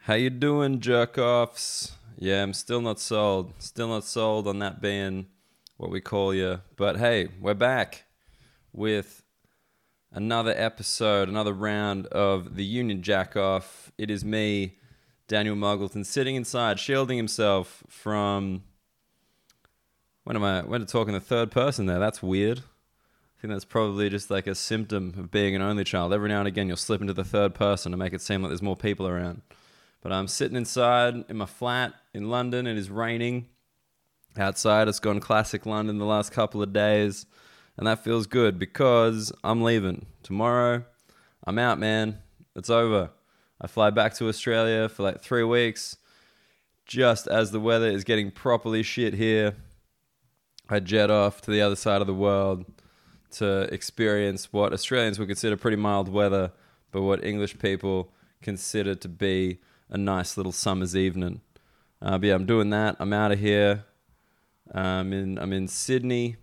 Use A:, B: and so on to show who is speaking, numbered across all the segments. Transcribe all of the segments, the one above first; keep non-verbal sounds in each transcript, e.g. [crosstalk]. A: How you doing, jerk offs? Yeah, I'm still not sold. Still not sold on that being what we call you. But hey, we're back with another episode, another round of the Union Jack Off. It is me, Daniel Muggleton, sitting inside, shielding himself from. When am I? When to talk in the third person there? That's weird. I think that's probably just like a symptom of being an only child. Every now and again, you'll slip into the third person to make it seem like there's more people around. But I'm sitting inside in my flat in London. It is raining outside. It's gone classic London the last couple of days. And that feels good because I'm leaving. Tomorrow, I'm out, man. It's over. I fly back to Australia for like three weeks. Just as the weather is getting properly shit here, I jet off to the other side of the world to experience what Australians would consider pretty mild weather, but what English people consider to be a nice little summer's evening. Uh, but yeah, I'm doing that. I'm out of here. Um, in, I'm in Sydney,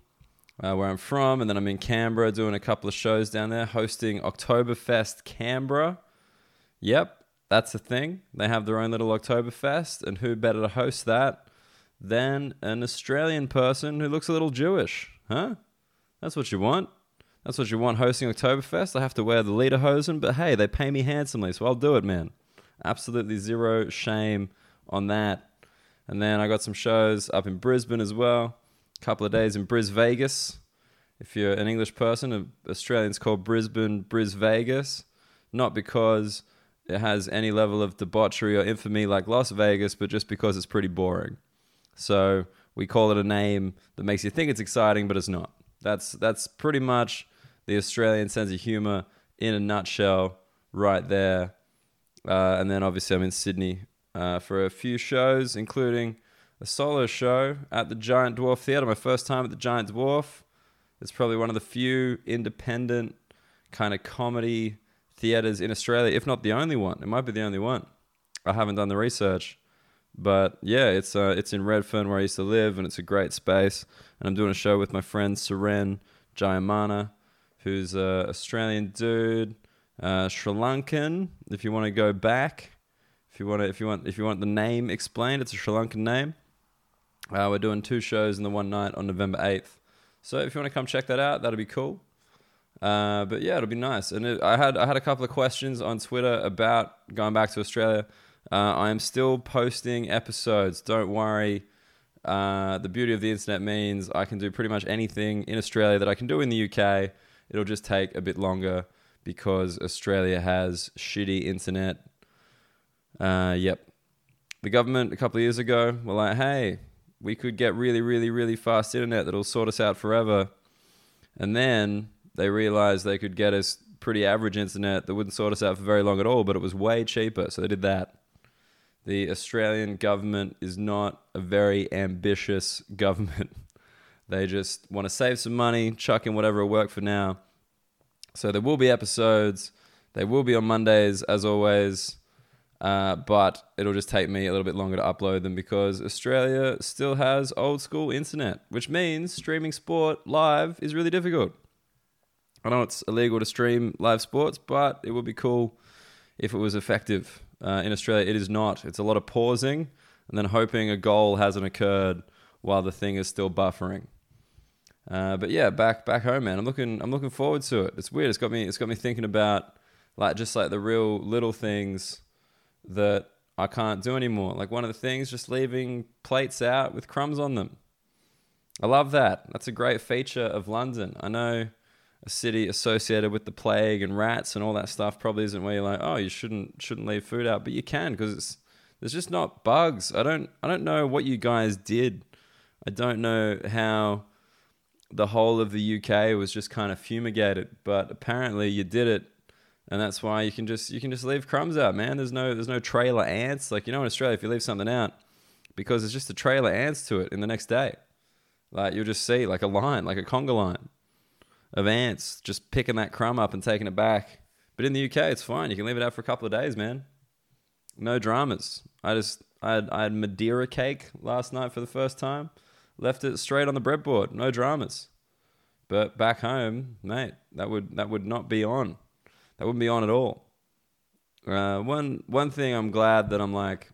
A: uh, where I'm from, and then I'm in Canberra doing a couple of shows down there, hosting Oktoberfest Canberra. Yep, that's a thing. They have their own little Oktoberfest, and who better to host that than an Australian person who looks a little Jewish, huh? That's what you want. That's what you want hosting Oktoberfest. I have to wear the lederhosen, but hey, they pay me handsomely, so I'll do it, man. Absolutely zero shame on that. And then I got some shows up in Brisbane as well. A couple of days in Bris Vegas. If you're an English person, uh, Australians call Brisbane Bris Vegas, not because it has any level of debauchery or infamy like Las Vegas, but just because it's pretty boring. So we call it a name that makes you think it's exciting, but it's not. That's that's pretty much the Australian sense of humor in a nutshell, right there. Uh, and then obviously I'm in Sydney uh, for a few shows, including a solo show at the Giant Dwarf Theatre. My first time at the Giant Dwarf. It's probably one of the few independent kind of comedy theaters in Australia, if not the only one. It might be the only one. I haven't done the research, but yeah, it's uh, it's in Redfern where I used to live, and it's a great space. And I'm doing a show with my friend Seren Jayamana, who's a Australian dude, uh, Sri Lankan. If you want to go back, if you want to, if you want, if you want the name explained, it's a Sri Lankan name. Uh, we're doing two shows in the one night on November 8th. So if you want to come check that out, that'll be cool. Uh, but yeah, it'll be nice. And it, I had I had a couple of questions on Twitter about going back to Australia. Uh, I am still posting episodes. Don't worry. Uh, the beauty of the internet means I can do pretty much anything in Australia that I can do in the UK. It'll just take a bit longer because Australia has shitty internet. Uh, yep. The government a couple of years ago were like, "Hey, we could get really, really, really fast internet that'll sort us out forever." And then they realized they could get us pretty average internet that wouldn't sort us out for very long at all, but it was way cheaper. So they did that. The Australian government is not a very ambitious [laughs] government. They just want to save some money, chuck in whatever will work for now. So there will be episodes. They will be on Mondays, as always. Uh, but it'll just take me a little bit longer to upload them because Australia still has old school internet, which means streaming sport live is really difficult. I know it's illegal to stream live sports, but it would be cool if it was effective. Uh, in Australia, it is not. It's a lot of pausing and then hoping a goal hasn't occurred while the thing is still buffering. Uh, but yeah, back back home, man. I'm looking I'm looking forward to it. It's weird. It's got me it's got me thinking about like just like the real little things that I can't do anymore. Like one of the things, just leaving plates out with crumbs on them. I love that. That's a great feature of London. I know a city associated with the plague and rats and all that stuff probably isn't where you're like, oh, you shouldn't shouldn't leave food out, but you can because it's there's just not bugs. I don't I don't know what you guys did. I don't know how the whole of the UK was just kind of fumigated, but apparently you did it, and that's why you can just you can just leave crumbs out, man. There's no there's no trailer ants like you know in Australia if you leave something out because it's just a trailer ants to it in the next day. Like you'll just see like a line, like a conga line of ants just picking that crumb up and taking it back. But in the UK, it's fine. You can leave it out for a couple of days, man. No dramas. I just I had, I had Madeira cake last night for the first time. Left it straight on the breadboard. No dramas. But back home, mate, that would that would not be on. That wouldn't be on at all. Uh, one one thing I'm glad that I'm like,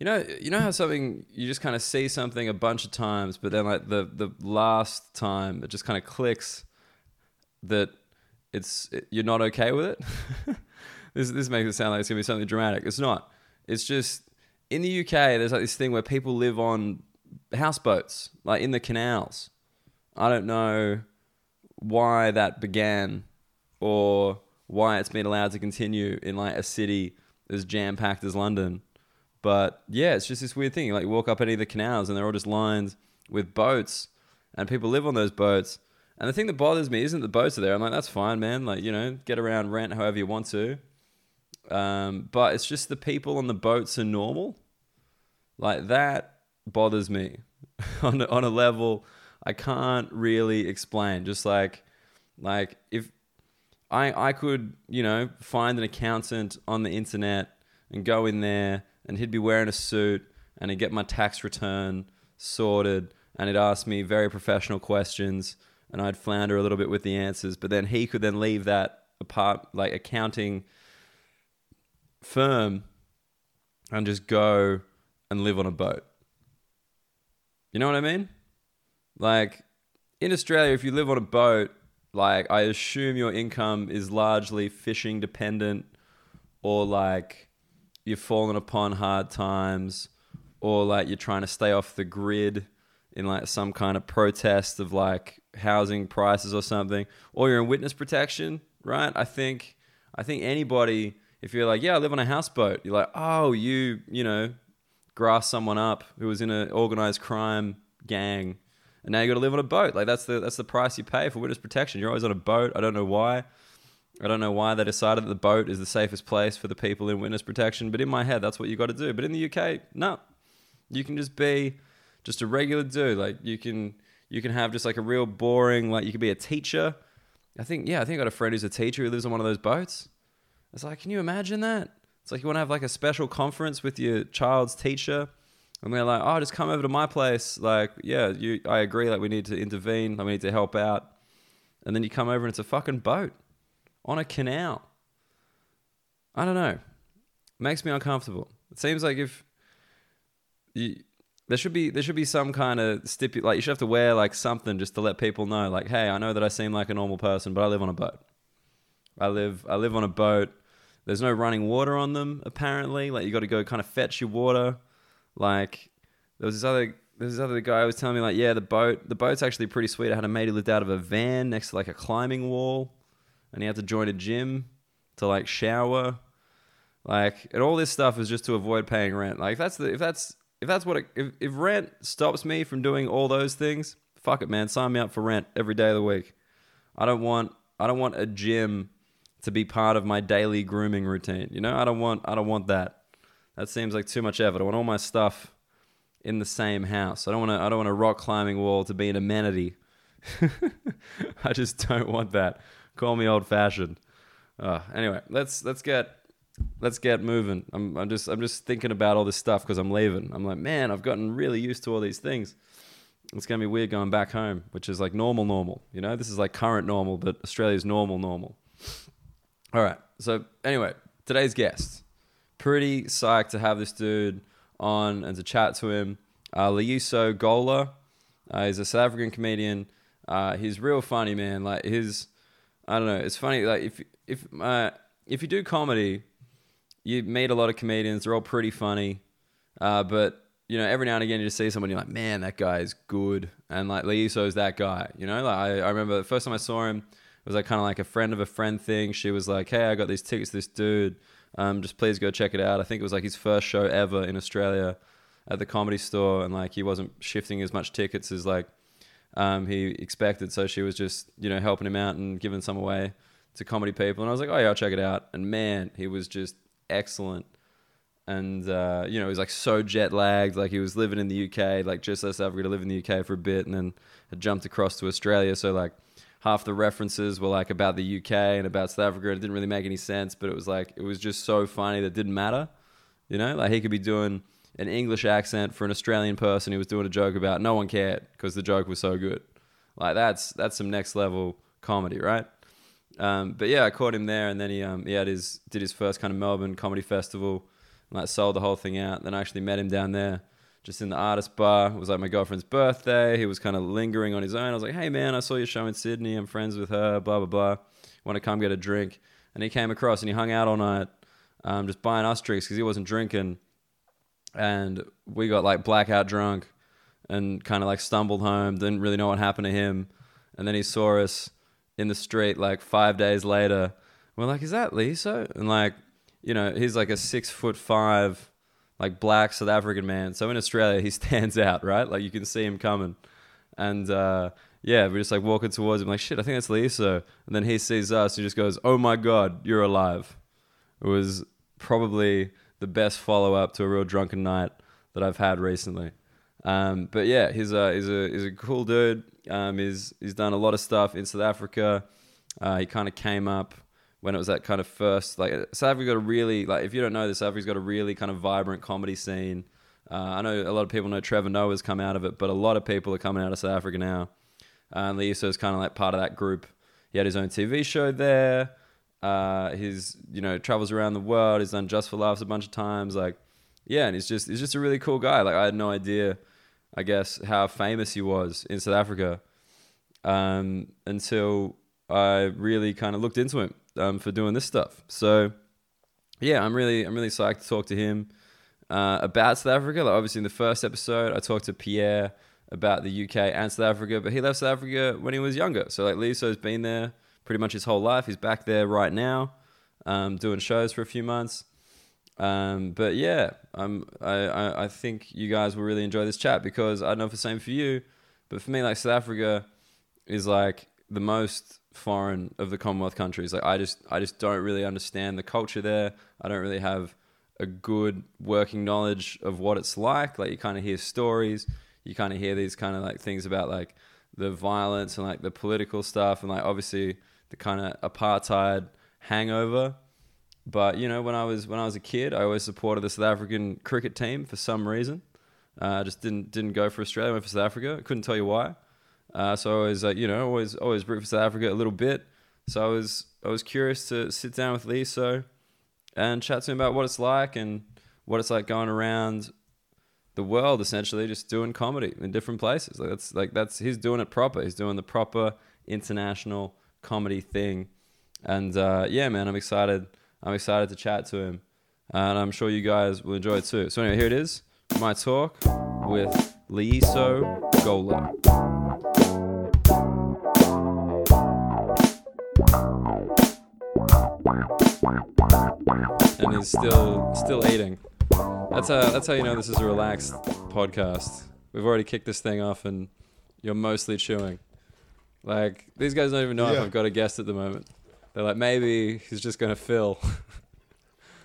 A: you know, you know how something you just kind of see something a bunch of times, but then like the the last time it just kind of clicks that it's you're not okay with it. [laughs] this this makes it sound like it's gonna be something dramatic. It's not. It's just in the UK there's like this thing where people live on houseboats, like in the canals. I don't know why that began or why it's been allowed to continue in like a city as jam packed as London. But yeah, it's just this weird thing. You like walk up any of the canals and they're all just lined with boats and people live on those boats. And the thing that bothers me isn't the boats are there. I'm like, that's fine, man. Like, you know, get around rent however you want to. Um, but it's just the people on the boats are normal. Like that bothers me [laughs] on a, on a level I can't really explain. Just like like if I I could you know find an accountant on the internet and go in there and he'd be wearing a suit and he'd get my tax return sorted and he'd ask me very professional questions and I'd flounder a little bit with the answers, but then he could then leave that apart like accounting firm and just go and live on a boat. You know what I mean? Like in Australia, if you live on a boat, like I assume your income is largely fishing dependent or like you've fallen upon hard times or like you're trying to stay off the grid in like some kind of protest of like housing prices or something or you're in witness protection right i think i think anybody if you're like yeah i live on a houseboat you're like oh you you know grass someone up who was in an organized crime gang and now you got to live on a boat like that's the that's the price you pay for witness protection you're always on a boat i don't know why I don't know why they decided that the boat is the safest place for the people in witness protection, but in my head, that's what you got to do. But in the UK, no, you can just be just a regular dude. Like you can you can have just like a real boring like you could be a teacher. I think yeah, I think I got a friend who's a teacher who lives on one of those boats. It's like, can you imagine that? It's like you want to have like a special conference with your child's teacher, and they're like, oh, just come over to my place. Like, yeah, you, I agree. Like, we need to intervene. Like, we need to help out. And then you come over and it's a fucking boat on a canal. I don't know. Makes me uncomfortable. It seems like if you, there should be there should be some kind of stipu like you should have to wear like something just to let people know like hey I know that I seem like a normal person but I live on a boat. I live I live on a boat. There's no running water on them apparently. Like you got to go kind of fetch your water. Like there was this other there was this other guy who was telling me like yeah the boat the boat's actually pretty sweet. I had a mate who lived out of a van next to like a climbing wall, and he had to join a gym to like shower. Like and all this stuff is just to avoid paying rent. Like if that's the if that's if that's what it, if if rent stops me from doing all those things, fuck it, man. Sign me up for rent every day of the week. I don't want I don't want a gym to be part of my daily grooming routine. You know, I don't want I don't want that. That seems like too much effort. I want all my stuff in the same house. I don't want to I don't want a rock climbing wall to be an amenity. [laughs] I just don't want that. Call me old fashioned. Uh, anyway, let's let's get let's get moving. I'm, I'm just I'm just thinking about all this stuff because I'm leaving. I'm like, man, I've gotten really used to all these things. It's gonna be weird going back home, which is like normal, normal. You know, this is like current normal, but Australia's normal, normal. All right. So anyway, today's guest. Pretty psyched to have this dude on and to chat to him. Uh, Liuso Gola. Uh, he's a South African comedian. Uh, he's real funny, man. Like his, I don't know. It's funny. Like if if uh, if you do comedy, you meet a lot of comedians. They're all pretty funny, uh, but you know, every now and again, you just see someone. You're like, man, that guy is good, and like Liuso's that guy. You know, like I, I remember the first time I saw him it was like kind of like a friend of a friend thing. She was like, hey, I got these tickets. to This dude, um, just please go check it out. I think it was like his first show ever in Australia at the comedy store, and like he wasn't shifting as much tickets as like um, he expected. So she was just, you know, helping him out and giving some away to comedy people. And I was like, oh, yeah, I'll check it out. And man, he was just excellent. And, uh, you know, he was like so jet lagged. Like he was living in the UK, like just as Africa to live in the UK for a bit and then had jumped across to Australia. So, like, half the references were like about the UK and about South Africa. and It didn't really make any sense, but it was like, it was just so funny that it didn't matter. You know, like he could be doing an English accent for an Australian person who was doing a joke about no one cared because the joke was so good. Like that's that's some next level comedy, right? Um, but yeah, I caught him there, and then he um, he had his did his first kind of Melbourne comedy festival, and like sold the whole thing out. Then I actually met him down there, just in the artist bar. It was like my girlfriend's birthday. He was kind of lingering on his own. I was like, hey man, I saw your show in Sydney. I'm friends with her. Blah blah blah. Want to come get a drink? And he came across and he hung out all night, um, just buying us drinks because he wasn't drinking, and we got like blackout drunk, and kind of like stumbled home. Didn't really know what happened to him, and then he saw us in the street like five days later. We're like, is that Lisa? And like, you know, he's like a six foot five, like black South African man. So in Australia, he [laughs] stands out, right? Like you can see him coming. And uh, yeah, we're just like walking towards him, like, shit, I think that's Lisa. And then he sees us and just goes, oh my God, you're alive. It was probably the best follow up to a real drunken night that I've had recently. Um, but yeah, he's a he's a he's a cool dude. Um, he's he's done a lot of stuff in South Africa. Uh, he kind of came up when it was that kind of first like South Africa got a really like if you don't know this, South Africa's got a really kind of vibrant comedy scene. Uh, I know a lot of people know Trevor Noah's come out of it, but a lot of people are coming out of South Africa now. Uh, and Lee is kind of like part of that group. He had his own TV show there. Uh, his you know travels around the world. He's done Just for Laughs a bunch of times. Like yeah, and he's just he's just a really cool guy. Like I had no idea. I guess, how famous he was in South Africa um, until I really kind of looked into him um, for doing this stuff. So, yeah, I'm really, I'm really psyched to talk to him uh, about South Africa. Like obviously, in the first episode, I talked to Pierre about the UK and South Africa, but he left South Africa when he was younger. So, like, Liso's been there pretty much his whole life. He's back there right now, um, doing shows for a few months. Um, but yeah, um, I, I, I think you guys will really enjoy this chat because I don't know if it's the same for you, but for me, like South Africa is like the most foreign of the Commonwealth countries. Like I just I just don't really understand the culture there. I don't really have a good working knowledge of what it's like. Like you kind of hear stories, you kind of hear these kind of like things about like the violence and like the political stuff and like obviously the kind of apartheid hangover but you know when I was when I was a kid, I always supported the South African cricket team for some reason. Uh, I just didn't didn't go for Australia, I went for South Africa. I couldn't tell you why. Uh, so I always uh, you know always always root for South Africa a little bit. So I was I was curious to sit down with Lee so and chat to him about what it's like and what it's like going around the world essentially just doing comedy in different places. Like that's like that's he's doing it proper. He's doing the proper international comedy thing. And uh, yeah, man, I'm excited. I'm excited to chat to him, and I'm sure you guys will enjoy it too. So anyway, here it is, my talk with Leiso Golo. And he's still still eating. That's how that's how you know this is a relaxed podcast. We've already kicked this thing off, and you're mostly chewing. Like these guys don't even know if
B: Yeah.
A: I've got a guest at the moment. They're like, maybe he's just gonna fill. [laughs]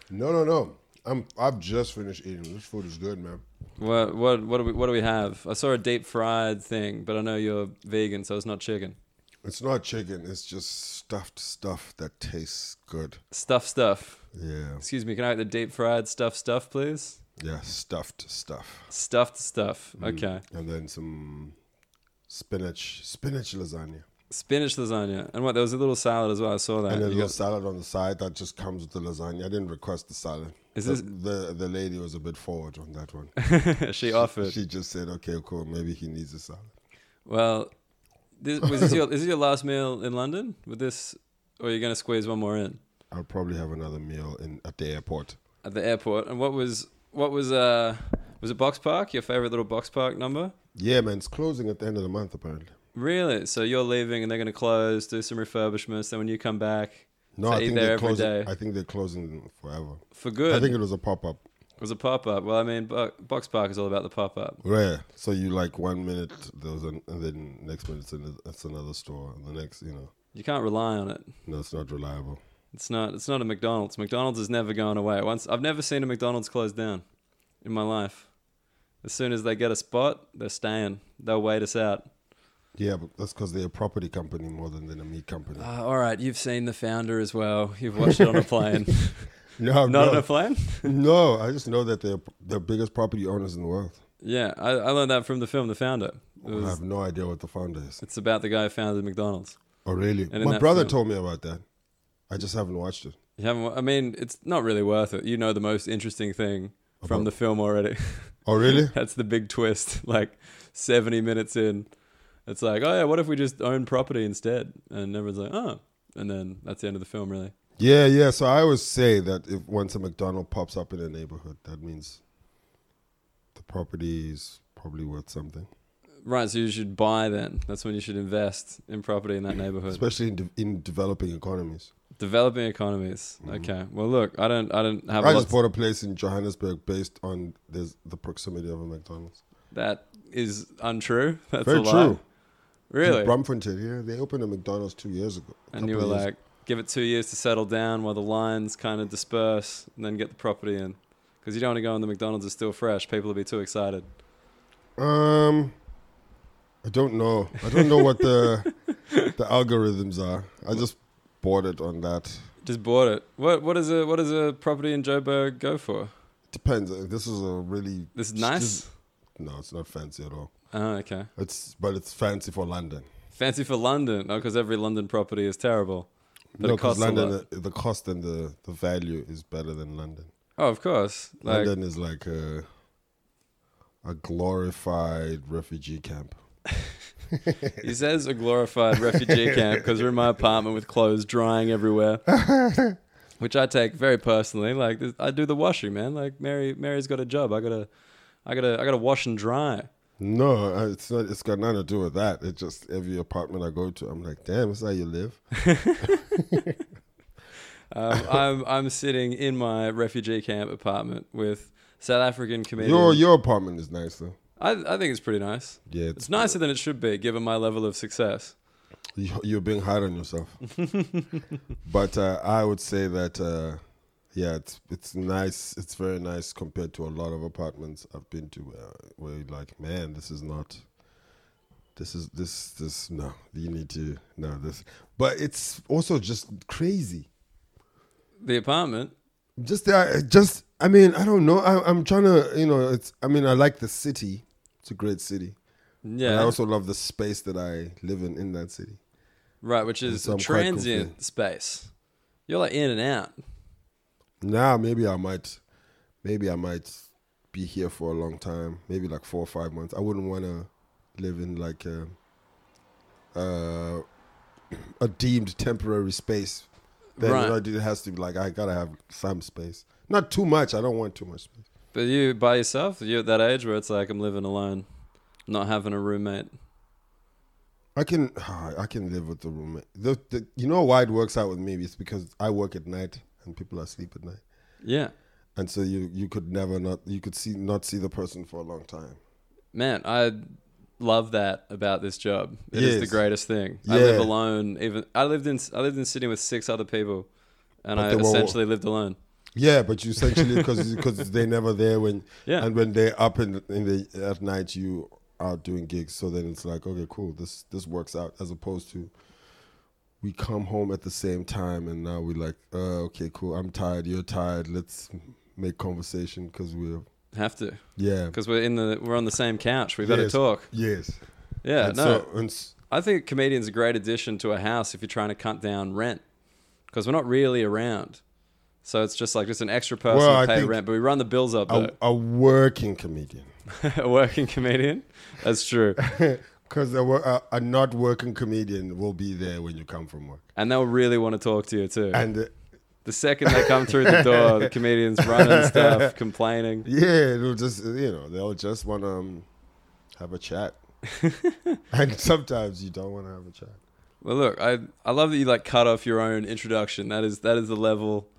B: No, no, no. I'm I've just finished eating. This food is good, man.
A: What what what do we what do we have? I saw a deep fried thing, but I know you're vegan, so it's not chicken.
B: It's not chicken. It's just stuffed stuff that tastes good.
A: Stuff stuff.
B: Yeah,
A: Excuse me, can I get the deep fried stuff stuff, please?
B: yeah, stuffed stuff,
A: Stuffed stuff.
B: Mm.
A: Okay.
B: and then some spinach, spinach lasagna,
A: Spinach lasagna. And what there was a little salad as well, I saw that.
B: and a
A: Uh, You
B: little
A: got-
B: salad on the side that just comes with the lasagna. I didn't request the salad.
A: Is
B: the,
A: this- [laughs]
B: the the lady was a bit forward on that one.
A: she offered.
B: she just said, "Okay, cool. Maybe he needs a salad."
A: Well this, was this
B: [laughs]
A: your is this your last meal in London with this or are you gonna squeeze one more in?
B: I'll probably have another meal in at the airport.
A: At the airport. And what was what was uh was it Box Park, your favorite little box park number?
B: Yeah, man. It's closing at the end of the month, apparently.
A: Really? So you're leaving and they're going to close, do some refurbishments. Then when you come back,
B: No,
A: to
B: I
A: eat
B: think
A: there
B: they're
A: every
B: closing.
A: day.
B: I think they're closing forever.
A: for good,
B: I think it was a pop up.
A: it was a pop up. Well, I mean, Bo- Box Park is all about the pop up.
B: Rare. So you like one minute there was an, and then next minute it's, an, it's another store, and the next, you know,
A: You can't rely on it.
B: no, it's not reliable.
A: It's not. It's not a McDonald's. McDonald's is never going away. Once I've never seen a McDonald's close down in my life. As soon as they get a spot, they're staying. They'll wait us out.
B: Yeah, but that's because they're a property company more than than a meat company.
A: Ah, all right, you've seen the founder as well. You've watched [laughs] it on a plane.
B: no,
A: not on
B: no,
A: a plane.
B: [laughs] no. I just know that they're the biggest property owners in the world.
A: Yeah, I, I learned that from the film The Founder. It
B: I
A: was,
B: have no idea what the founder is.
A: it's about the guy who founded McDonald's.
B: Oh, really?
A: in
B: My
A: that
B: brother
A: film-
B: told me about that. I just haven't watched it.
A: You haven't. wa- I mean, it's not really worth it. You know the most interesting thing from
B: About-
A: the film [laughs] already.
B: Oh, really?
A: That's the big twist. Like seventy minutes in, it's like, oh yeah, what if we just own property instead? And everyone's like, oh, and then that's the end of the film, really.
B: yeah, yeah. So I always say that if once a McDonald pops up in a neighborhood, that means the property is probably worth something,
A: Right. So you should buy then. That's when you should invest in property in that neighborhood.
B: especially in, de- in developing economies.
A: Developing economies.
B: Mm-hmm.
A: Okay. Well, look, I don't. I don't have.
B: I
A: lots-
B: just bought a place in Johannesburg based on there's the proximity of a McDonald's.
A: That is untrue. [laughs] That's
B: Very
A: a lie.
B: true.
A: Really?
B: Brumfontein here, they opened a McDonald's two years ago. a
A: and you were
B: couple of years-
A: like, give it two years to settle down while the lines kind of disperse and then get the property in. Because you don't want to go in the McDonald's is still fresh. People will be too excited.
B: um, I don't know. I don't know
A: [laughs]
B: what the the algorithms are. I just bought it on that.
A: Just bought it. What what is a what does a property in Joburg go for?
B: Depends. Uh, This is a really
A: This is nice.
B: Just- no. It's not fancy at all.
A: Oh, okay.
B: It's but it's fancy for London.
A: Fancy for London. Oh, because every London property is terrible. But
B: no,
A: it costs
B: because
A: a
B: London,
A: lot.
B: uh, the cost and the the value is better than London.
A: Oh, of course. Like
B: London is like a a glorified refugee camp.
A: he says, a glorified
B: [laughs]
A: refugee camp because we're in my apartment with clothes drying everywhere, which I take very personally. Like this, I do the washing, man. Like Mary, Mary's got a job. I gotta, I gotta, I gotta wash and dry.
B: No, uh, it's not. It's got nothing to do with that. It's just every apartment I go to, I'm like, damn, that's how you live.
A: Um,
B: [laughs]
A: I'm I'm sitting in my refugee camp apartment with South African comedian.
B: Your your apartment is nice though.
A: I I think it's pretty nice.
B: Yeah, it's,
A: It's nicer than it should be, given my level of success.
B: You- You're being hard on yourself. but uh, I would say that, uh, yeah, it's it's nice. It's very nice compared to a lot of apartments I've been to, where, where you're like, man, this is not. This is this this no. You need to no this, but it's also just crazy.
A: The apartment.
B: Just the- uh, just I mean I don't know. I, I'm trying to you know it's I mean I like the city. It's a great city. And
A: Yeah,
B: I also love the space that I live in in that city.
A: right. Which is
B: So I'm quite
A: transient
B: confused.
A: space. You're like in and out.
B: Nah, maybe I might, maybe I might be here for a long time. Maybe like four or five months. I wouldn't want to live in like a, uh, [clears throat] a deemed temporary space. Then
A: Right.
B: right. it has to be like I gotta have some space. Not too much. I don't want too much space.
A: But you by yourself, you're at that age where it's like I'm living alone, not having a roommate.
B: I can [sighs] I can live with the roommate. The, the, you know why it works out with me? It's because I work at night and people are asleep at night,
A: Yeah,
B: and so you you could never not you could see not see the person for a long time.
A: man, I love that about this job. It is
B: Yes.
A: the greatest thing. I live
B: Yeah.
A: alone. Even I lived in I lived in Sydney with six other people, and
B: But
A: I
B: they were-
A: essentially lived alone.
B: Yeah, but you essentially because they're never there when
A: Yeah.
B: and when they're up in in the at night you are doing gigs. So then it's like okay, cool, this this works out as opposed to we come home at the same time and now we're like uh, okay, cool, I'm tired, you're tired, let's make conversation because we're
A: Have to
B: yeah
A: because we're in the we're on the same couch. We better
B: Yes.
A: talk.
B: yes
A: Yeah,
B: and
A: no,
B: so and s-
A: I think comedian's a great addition to a house if you're trying to cut down rent because we're not really around. So it's just like just an extra person
B: Well, I
A: to pay
B: think-
A: rent, but we run the bills up.
B: a, a working comedian
A: though. [laughs] a working comedian, that's true.
B: because a, wo- a, a not working comedian will be there when you come from work
A: And they'll really want to talk to you too.
B: and. Uh,
A: the second they come through the door,
B: [laughs]
A: the comedians running stuff, complaining.
B: Yeah, it'll just uh, you know they'll just want to um, have a
A: [laughs]
B: chat, and sometimes you don't want to have a chat.
A: Well, look, I I love that you like cut off your own introduction. That is that is the level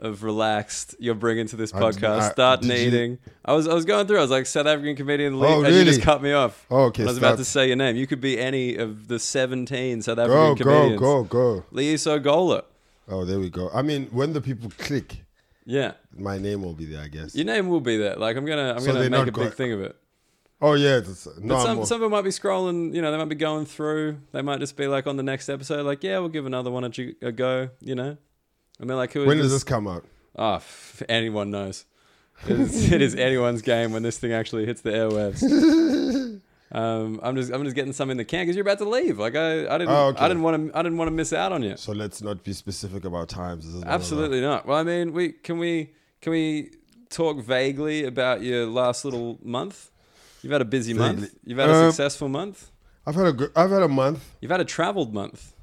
A: of relaxed you're bringing to this
B: I did-
A: podcast.
B: I-
A: Start
B: did you-
A: needing. I was I was going through. I was like South African comedian league,
B: Oh,
A: and you just
B: really?
A: cut me off.
B: Oh, okay,
A: I was about
B: start-
A: to say your name. You could be any of the 17 South
B: Go
A: African
B: go
A: comedians.
B: go go!
A: Leiso Gola.
B: Oh, there we go. I mean, when the people click,
A: Yeah,
B: my name will be there, I guess.
A: your name will be there. Like I'm gonna I'm
B: So
A: gonna
B: they're
A: make a
B: not
A: big
B: going-
A: thing of it.
B: Oh yeah, it's, no,
A: But
B: I'm
A: some
B: all-
A: some people might be scrolling, you know, they might be going through. They might just be like on the next episode, like, yeah, we'll give another one a, ju- a go, you know. And they're like, who is
B: when
A: this?
B: does this come out?
A: Oh, f- anyone [laughs]
B: [laughs]
A: knows. It is, it is anyone's game when this thing actually hits the airwaves. Um, I'm just I'm just getting some in the can because you're about to leave. Like I, I didn't
B: Oh, okay.
A: I didn't want to I didn't want to miss out on you.
B: So let's not be specific about times. This is another-
A: Absolutely not. Well, I mean, we can we can we talk vaguely about your last little month? You've had a busy month.
B: Vaguely.
A: You've had a
B: Um,
A: successful month.
B: I've had a good, I've had a month.
A: You've had a traveled month.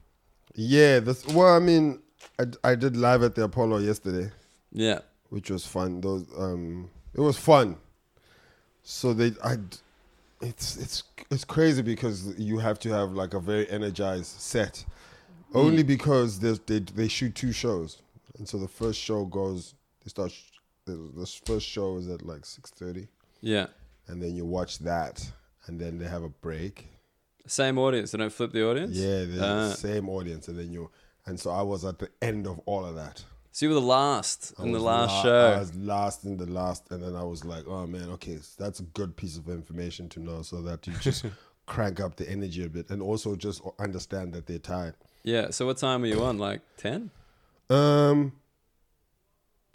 B: Yeah. This, well, I mean, I, d- I did live at the Apollo yesterday,
A: Yeah.
B: which was fun. Those um, it was fun. So they, I, d- it's it's it's crazy because you have to have like a very energized set, only because there's, they they shoot two shows, and so the first show goes they start. sh- The the first show is at like six thirty.
A: Yeah.
B: and then you watch that, and then they have a break.
A: Same audience. They don't flip the audience.
B: Yeah, the
A: Ah.
B: same audience, and then you. And so I was at the end of all of that.
A: So you were the last
B: I
A: in the
B: was
A: last
B: la-
A: show.
B: I was last in the last, and then I was like, "Oh man, okay, so that's a good piece of information to know, so that you
A: [laughs]
B: just crank up the energy a bit, and also just understand that they're tired."
A: Yeah. So what time were you on? Like ten?
B: Um,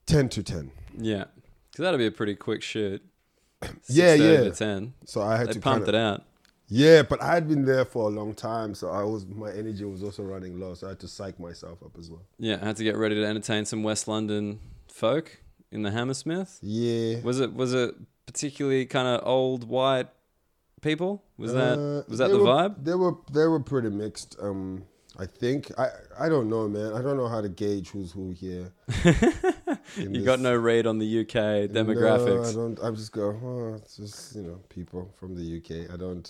B: ten to ten.
A: Yeah. Because that'll be a pretty quick shoot.
B: Yeah,
A: 6:30
B: yeah.
A: To ten.
B: So I had
A: They
B: to
A: pumped
B: kinda-
A: it out.
B: Yeah, but I had been there for a long time, so I was my energy was also running low, so I had to psych myself up as well.
A: Yeah. I had to get ready to entertain some West London folk in the Hammersmith.
B: Yeah.
A: Was it was it particularly kind of old white people? Was
B: Uh,
A: that was that
B: they
A: the
B: were-
A: vibe?
B: They were they were pretty mixed. Um, I think I I don't know, man. I don't know how to gauge who's who here.
A: You got no read on the UK demographics.
B: No, I don't. I just go. Oh, it's just you know people from the UK. I don't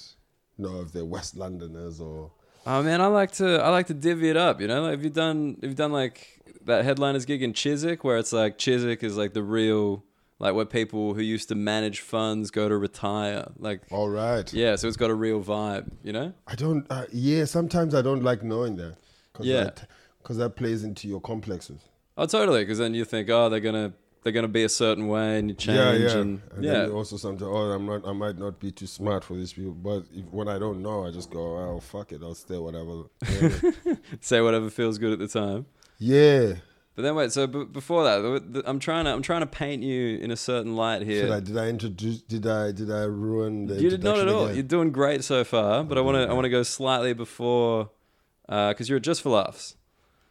B: know if they're West Londoners or
A: Oh man, I like to I like to divvy it up. You know, like, have you done have you done like that headliners gig in Chiswick where it's like Chiswick is like the real like where people who used to manage funds go to retire. Like
B: all right.
A: yeah, so it's got a real vibe. You know.
B: I don't. Uh, yeah, sometimes I don't like knowing that. Cause
A: Yeah.
B: Because that plays into your complexes.
A: Oh totally, because then you think oh they're gonna they're gonna be a certain way and you change
B: yeah, yeah.
A: and,
B: and
A: yeah.
B: then you also sometimes, oh, I'm not, I might not be too smart for these people. But if, when I don't know, I just go, oh, fuck it, I'll stay [laughs] whatever.
A: say whatever feels good at the time.
B: yeah.
A: But then wait, so b- before that, the- the- I'm trying to I'm trying to paint you in a certain light here.
B: Should I, did I introduce? Did I? Did I ruin the?
A: you did not at
B: introduction
A: all. You're
B: again?
A: doing great so far, but I want to I want to go slightly before because you were just for laughs,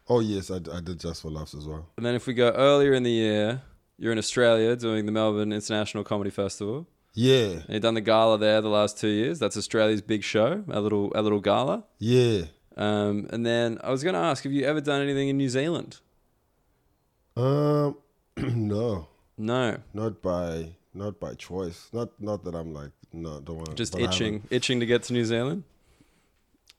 B: Oh yes, I, d- I did just for laughs as well.
A: and then if we go earlier in the year, you're in Australia doing the Melbourne International Comedy Festival.
B: Yeah,
A: And you've done the gala there the last two years. That's Australia's big show, a little a little gala.
B: yeah.
A: Um, and then I was going to ask, have you ever done anything in New Zealand?
B: Um, [clears throat] no,
A: No,
B: not by, not by choice. Not, not that I'm like, no, don't want.
A: just itching itching to get to New Zealand.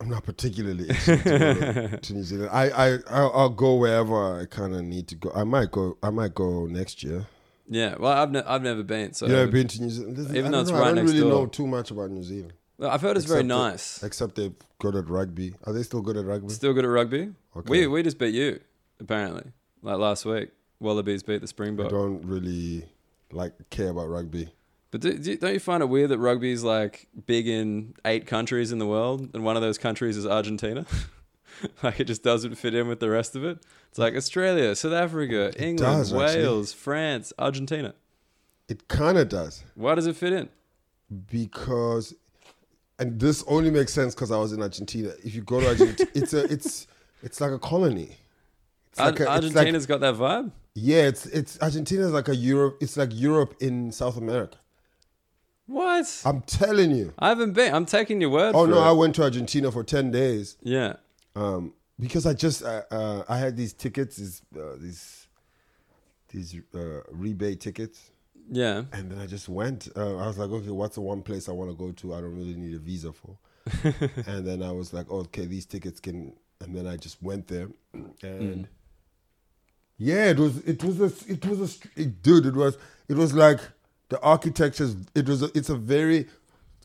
B: I'm not particularly itching to, go to New Zealand. I, I, I'll, I'll go wherever I kind of need to go. I might go. I might go next year.
A: [laughs] Yeah, well, I've ne- I've never been, so
B: You know, I've been to New Zealand. Listen,
A: Even though
B: I don't,
A: it's
B: know,
A: right
B: I don't
A: next
B: really
A: door.
B: know too much about New Zealand.
A: Well, I've heard it's very
B: Except that-
A: nice.
B: Except they're good at rugby. Are they still good at rugby?
A: Still good at rugby.
B: Okay.
A: We we just beat you apparently. Like last week, Wallabies beat the
B: I
A: Springboks.
B: don't really like care about rugby.
A: But do, do, don't you find it weird that rugby's like big in eight countries in the world, and one of those countries is Argentina? [laughs] like it just doesn't fit in with the rest of it. It's like Australia, South Africa, England,
B: does, actually.
A: Wales, France, Argentina.
B: It kind of does
A: Why does it fit in?
B: because, and this only makes sense because I was in Argentina. If you go to Argentina, it's a it's it's like a colony. It's
A: Ar-
B: like a- it's like-
A: Argentina's got that vibe.
B: yeah, it's it's Argentina's like a Europe. It's like Europe in South America.
A: What?
B: I'm telling you.
A: I haven't been. I'm taking your word.
B: Oh
A: for
B: no,
A: it.
B: I went to Argentina for ten days
A: yeah.
B: um, because I just uh, uh, I had these tickets, these uh, these these uh, rebate tickets.
A: Yeah.
B: And then I just went. Uh, I was like, okay, what's the one place I want to go to? I don't really need a visa for. and then I was like, oh, okay, these tickets can. And then I just went there, and yeah, it was it was a it was a str- it, dude. It was it was like the architecture's. It was a, it's a very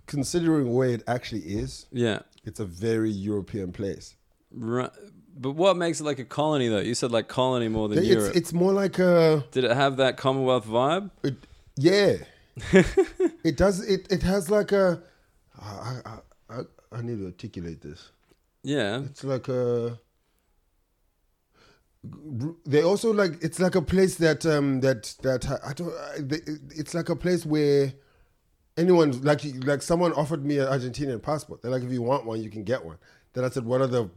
B: considering where it actually is.
A: Yeah.
B: It's a very European place.
A: Right. But what makes it like a colony though? You said like colony more than
B: It's
A: Europe.
B: it's more like a
A: Did it have that Commonwealth vibe?
B: It, yeah. it does. It it has like a. I, I I I need to articulate this.
A: Yeah.
B: It's like a. They also like it's like a place that um that that I don't I- they- it's like a place where anyone like you- like someone offered me an Argentinian passport. They're like, if you want one, you can get one. Then I said, what are the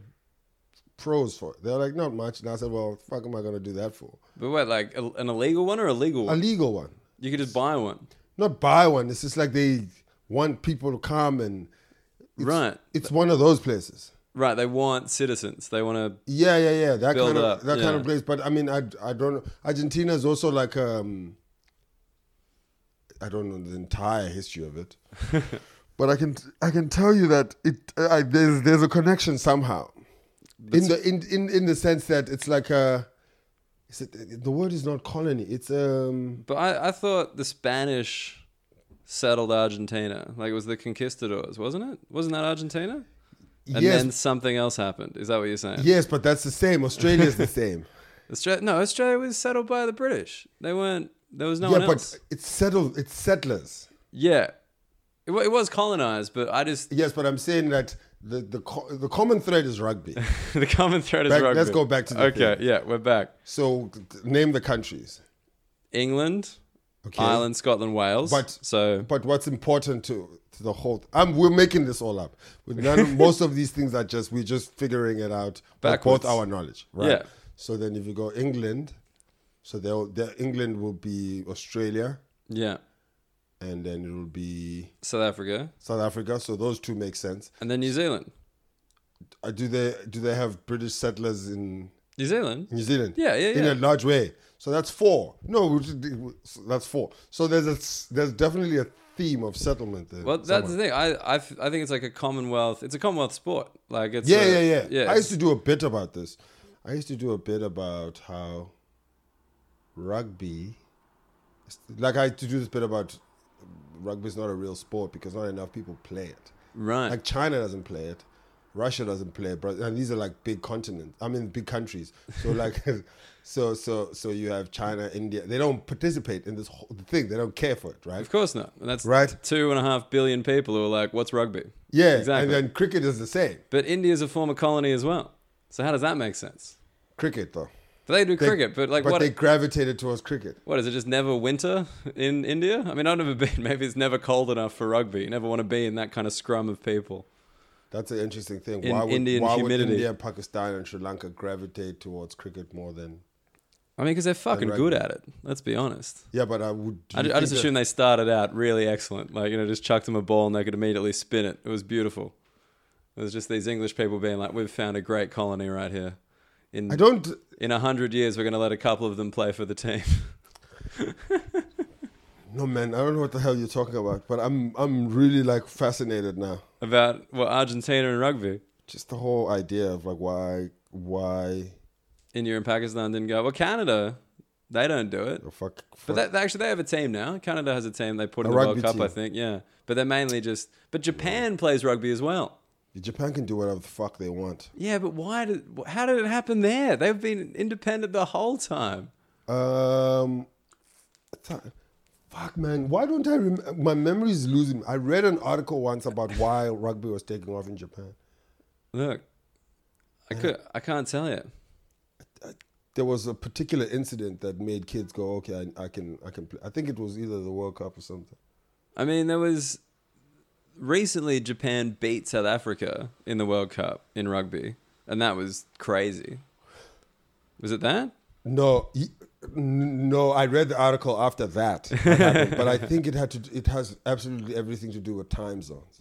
B: pros for it? They're like, not much. And I said, well, fuck, am I gonna do that for
A: But what, like a- an illegal one or a legal
B: a
A: one?
B: legal one?
A: You could just buy one.
B: Not buy one. It's just like they want people to come and it's,
A: Right.
B: It's one of those places.
A: Right. They want citizens. They want to.
B: Yeah, yeah, yeah. That
A: Build
B: kind of
A: up,
B: that kind of
A: yeah.
B: place. But I mean, I I don't know. Argentina is also like um, I don't know the entire history of
A: [laughs]
B: it, but I can I can tell you that it uh, I, there's there's a connection somehow, in the in, in in the sense that it's like a, is it, the word is not colony. It's um
A: But I, I thought the Spanish settled Argentina. Like it was the conquistadors, wasn't it? Wasn't that Argentina? And
B: yes
A: then something else happened. Is that what you're saying?
B: yes, but that's the same.
A: [laughs]
B: Australia is the same.
A: Australia, no, Australia was settled by the British. They weren't. There was no
B: yeah,
A: one
B: but
A: else.
B: it's settled. It's settlers.
A: yeah, it, wa- it was colonized, but I just
B: Yes, but I'm saying that the the co- the common thread is rugby.
A: [laughs] the common thread is
B: Back-
A: rugby.
B: let's go back to the
A: okay. Yeah, we're back.
B: So g- g- name the countries.
A: England,
B: Okay.
A: Ireland, Scotland, Wales.
B: But-
A: so
B: But what's important to, to the whole? I'm, we're making this all up.
A: [laughs]
B: With none, most of these things are just we're just figuring it out with both
A: Backwards.
B: our knowledge, right?
A: Yeah.
B: So then, if you go England, so they'll, they England will be Australia,
A: yeah,
B: and then it will be
A: South Africa,
B: South Africa. So those two make sense.
A: and then New Zealand.
B: Uh, do they do they have British settlers in
A: New Zealand.
B: New Zealand.
A: Yeah, yeah,
B: In
A: yeah.
B: a large way. So that's four. No, we should do- that's four. So there's a there's definitely a theme of settlement there.
A: Well, that's
B: somewhere.
A: the thing. I, I f- I think it's like a Commonwealth. It's a Commonwealth sport. Like it's
B: yeah,
A: a-
B: yeah, yeah,
A: yeah.
B: I used to do a bit about this. I used to do a bit about how rugby, like I used to do this bit about rugby is not a real sport because not enough people play it.
A: right.
B: Like China doesn't play it. Russia doesn't play it, but and these are like big continents. I mean, big countries.
A: [laughs]
B: So like, [laughs] so so so you have China, India. They don't participate in this whole thing. They don't care for it, right?
A: of course not. And that's
B: Right.
A: Two and a half billion people who are like, "What's rugby?"
B: Yeah,
A: exactly.
B: And then cricket is the same.
A: But India's a former colony as well. So how does that make sense?
B: Cricket though,
A: They do cricket, but like
B: but
A: what?
B: they gravitated towards cricket.
A: what is it? Just never winter in India? I mean, I've never been. [laughs] Maybe it's never cold enough for rugby. You never want to be in that kind of scrum of people.
B: That's an interesting thing.
A: In
B: why would
A: Indian
B: why
A: humidity.
B: would India, Pakistan, and Sri Lanka gravitate towards cricket more than?
A: I mean, because they're fucking
B: rugby.
A: good at it. Let's be honest.
B: Yeah, but I would. do
A: I, ju-
B: you
A: I
B: think
A: just
B: that-
A: assume they started out really excellent. Like, you know, just chucked them a ball and they could immediately spin it. It was beautiful. It was just these English people being like, we've found a great colony right here. In,
B: I don't.
A: in a hundred years, we're going to let a couple of them play for the team. [laughs]
B: No man, I don't know what the hell you're talking about. But I'm I'm really like fascinated now.
A: About, well, Argentina and rugby.
B: just the whole idea of like why why
A: India and Pakistan didn't go. Well, Canada, they don't do it.
B: the fuck,
A: But
B: fuck
A: that, actually, they have a team now. Canada has a team. They put
B: A
A: in the World
B: rugby
A: Cup,
B: team.
A: I think. Yeah. But they're mainly just. But Japan plays rugby as well.
B: Japan can do whatever the fuck they want.
A: Yeah, but why did? wh- How did it happen there? They've been independent the whole time.
B: Um, th- fuck man, why don't I? Rem- my memory is losing. me. I read an article once about why rugby was taking off in Japan.
A: Look, I could I can't tell you.
B: There was a particular incident that made kids go, okay, I, I can I can play. I think it was either the World Cup or something.
A: I mean, there was recently Japan beat South Africa in the World Cup in rugby, and that was crazy. Was it that?
B: No, y- n- no, I read the article after that, What happened? but I think it had to. It has absolutely everything to do with time zones.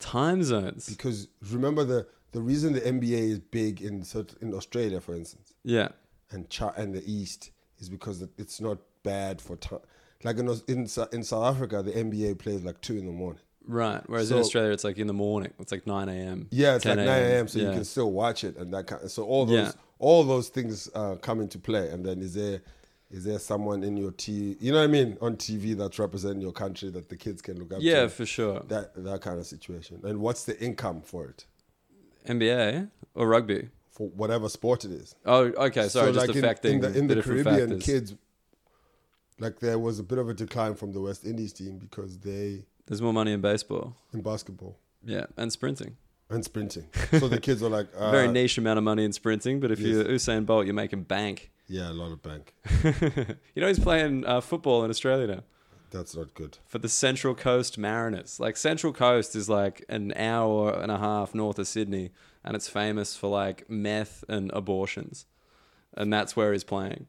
A: Time zones.
B: because remember the the reason the NBA is big in cert- in Australia, for instance,
A: Yeah.
B: and Chi- and the East is because it- it's not bad for time. Like in Aus- in, Sou- in South Africa, the NBA plays like two in the morning.
A: Right. Whereas in
B: So-
A: Australia, it's like in the morning. It's like nine a.m.
B: Yeah, it's
A: 10
B: like nine a.m. So you
A: Yeah.
B: can still watch it and that kind. so all those
A: Yeah.
B: all those things uh, come into play. And then is there is there someone in your T? You know what I mean on TV that's representing your country that the kids can look up
A: Yeah,
B: to?
A: for sure.
B: That that kind of situation. And what's the income for it
A: NBA or rugby.
B: for whatever sport it is?
A: Oh, okay. Sorry, just
B: in-
A: affecting
B: in, the, in the,
A: different
B: Caribbean
A: factors.
B: kids, like there was a bit of a decline from the West Indies team because they
A: There's more money in baseball.
B: in basketball
A: Yeah, and sprinting.
B: and sprinting. So the kids are like,
A: [laughs]
B: uh,
A: Very niche amount of money in sprinting, but if
B: yes.
A: you're Usain Bolt, you're making bank. [laughs]
B: yeah, a lot of bank.
A: you know he's playing uh, football in Australia now.
B: That's not good.
A: for the Central Coast Mariners. Like Central Coast is like an hour and a half north of Sydney, and it's famous for like meth and abortions, and that's where he's playing.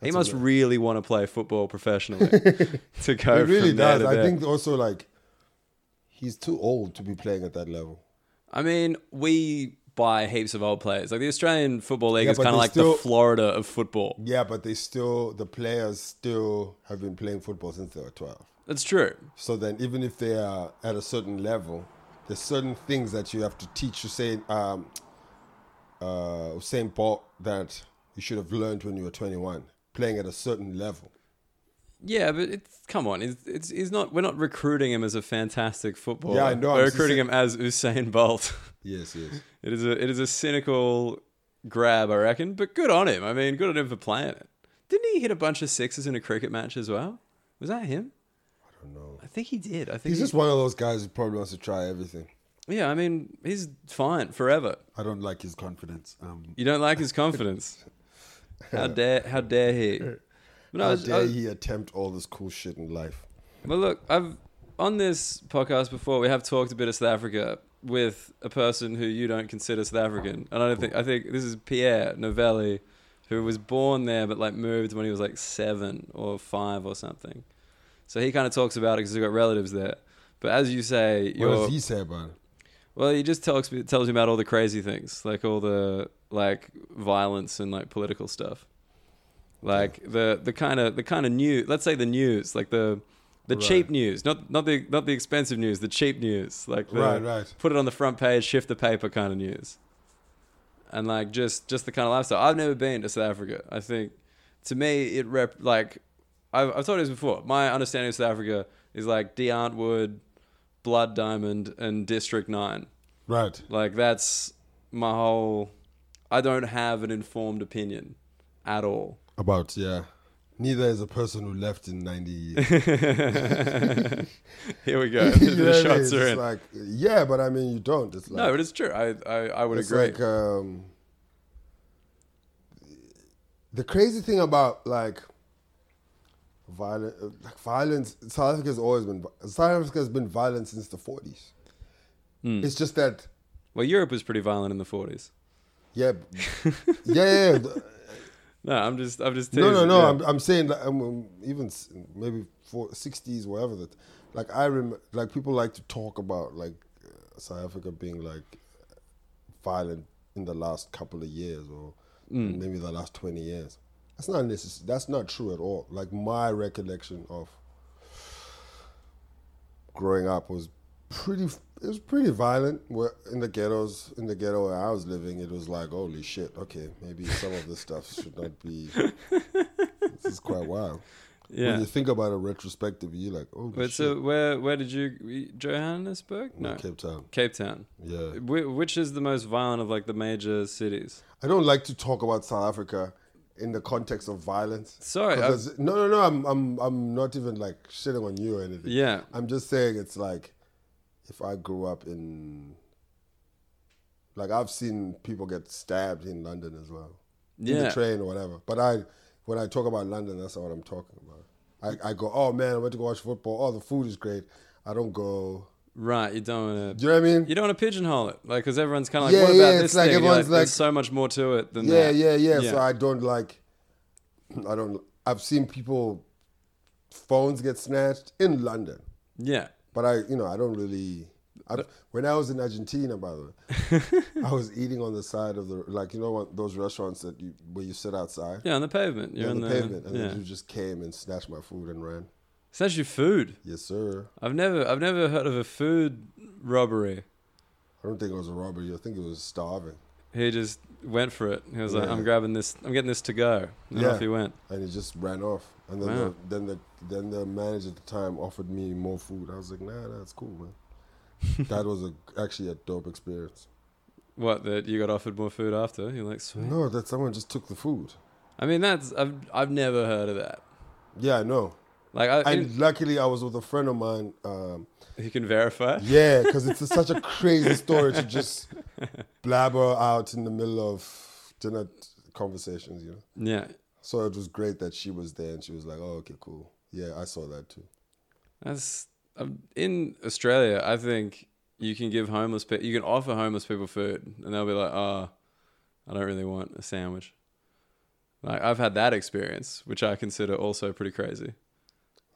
A: he must really want to play football
B: [laughs]
A: professionally to go.
B: It really
A: from there
B: does.
A: to
B: I
A: there.
B: think also like he's too old to be playing at that level.
A: I mean, we buy heaps of old players. Like the Australian Football League
B: Yeah,
A: is
B: but
A: kind of
B: they
A: like
B: still-
A: the Florida of football.
B: Yeah, but they still the players still have been playing football since they were twelve.
A: That's true.
B: So then, even if they are at a certain level, there's certain things that you have to teach Usain, um, uh, Usain Bolt that you should have learned when you were 21, playing at a certain level.
A: Yeah, but it's come on. It's, it's he's not. We're not recruiting him as a fantastic footballer.
B: Yeah, I know,
A: We're
B: I'm just
A: recruiting him as Usain Bolt. [laughs]
B: Yes, yes.
A: It is a it is a cynical grab, I reckon. But good on him. I mean, good on him for playing it. Didn't he hit a bunch of sixes in a cricket match as well? Was that him?
B: I don't know.
A: I think he did. I think
B: He's
A: he-
B: just one of those guys who probably wants to try everything.
A: yeah. I mean, he's fine forever.
B: I don't like his confidence. Um,
A: You don't like his
B: [laughs]
A: confidence. how dare how dare he? But no, I
B: how
A: was- I
B: dare
A: was-
B: he attempt all this cool shit in life?
A: Well, look, I've on this podcast before we have talked a bit of South Africa with a person who you don't consider South African, and I don't think I think this is Pierre Novelli, who was born there but like moved when he was like seven or five or something. So he kind of talks about it because he's got relatives there. But as you say,
B: What
A: you're,
B: does he say about it?
A: well, he just tells me tells me about all the crazy things, like all the like violence and like political stuff, like the the kind of the kind of news. Let's say the news, like the the
B: Right.
A: cheap news, not not the not the expensive news, the cheap news, like the,
B: Right, right.
A: put it on the front page, shift the paper kind of news, and like just just the kind of lifestyle. I've never been to South Africa. I think to me it rep like I've, I've told you this before. My understanding of South Africa is like D'Antwoord, Blood Diamond, and District Nine.
B: Right.
A: Like that's my whole. I don't have an informed opinion at all. [laughs]
B: About, yeah. Neither is a person who left in 90
A: Here we
B: [laughs]
A: go.
B: You know
A: [laughs]
B: what I
A: the
B: mean?
A: shots are
B: It's
A: in.
B: like, yeah, but I mean, you don't. It's like,
A: no, but it's true. I I, I would
B: it's
A: agree.
B: like um, the crazy thing about like violent, like violence. South Africa has always been South Africa has been violent since the forties. It's just that,
A: well, Europe was pretty violent in the forties.
B: yeah, yeah, yeah. yeah.
A: No, I'm just I'm just
B: No, no,
A: teasing,
B: no.
A: yeah.
B: I'm, I'm saying that um, even s- maybe for 60s, whatever that. Like I rem- like people like to talk about like uh, South Africa being like violent in the last couple of years or maybe the last 20 years. That's not necess- That's not true at all. Like my recollection of growing up was pretty. It was pretty violent. Where in the ghettos, in the ghetto where I was living, it was like, holy shit. Okay, maybe some of this stuff should not be. this is quite wild. When
A: yeah.
B: you think about it retrospectively, you're like, oh
A: But
B: shit,
A: so where where did you Johannesburg? No, Cape,
B: Cape Town.
A: Town.
B: Yeah,
A: Wh- Which is the most violent of like the major cities?
B: I don't like to talk about South Africa in the context of violence.
A: Sorry,
B: 'Cause
A: I-
B: there's- no, no, no. I'm, I'm, I'm not even like shitting on you or anything.
A: Yeah.
B: I'm just saying it's like if I grew up in like I've seen people get stabbed in London as well. In
A: Yeah.
B: the train or whatever. But I when I talk about London, that's not what I'm talking about. I, I go, Oh man, I went to go watch football. Oh the food is great. I don't go
A: Right. You don't want to
B: Do you know what I mean?
A: You don't want to pigeonhole it, like, because everyone's kind of like,
B: Yeah,
A: "What
B: yeah,
A: about this
B: it's like
A: thing?" And you're
B: everyone's
A: "There's
B: like-
A: so much more to it than
B: yeah,
A: that.
B: yeah, yeah,
A: Yeah.
B: So I don't like I don't I've seen people phones get snatched in London.
A: yeah,
B: But I, you know, I don't really. I, when I was in Argentina, by the way,
A: [laughs]
B: I was eating on the side of the like you know what, those restaurants that you where you sit outside
A: yeah, on the pavement. You're
B: on
A: in
B: the, pavement, and
A: Yeah,
B: then you just came and snatched my food and ran.
A: it's actually food.
B: Yes, sir.
A: I've never, I've never heard of a food robbery.
B: I don't think it was a robbery. I think it was starving,
A: He just went for it. He was like,
B: Yeah.
A: "I'm grabbing this. I'm getting this to go." And
B: Yeah.
A: off he went.
B: and he just ran off. And then
A: Wow.
B: the, then the then the manager at the time offered me more food. I was like, nah, nah, it's cool, man. that was a, actually a dope experience.
A: What? That you got offered more food after? You're like, "Sweet."
B: No, that someone just took the food.
A: I mean, that's I've, I've never heard of that.
B: Yeah, I know.
A: Like, I,
B: And luckily, I was with a friend of mine. Um,
A: you can verify.
B: Yeah, because it's such a crazy story to just blabber out in the middle of dinner t- conversations, you know.
A: Yeah.
B: So it was great that she was there and she was like, "Oh, okay, cool. Yeah, I saw that too."
A: That's um, in Australia. I think you can give homeless people, you can offer homeless people food, and they'll be like, "Oh, I don't really want a sandwich." Like I've had that experience, which I consider also pretty crazy,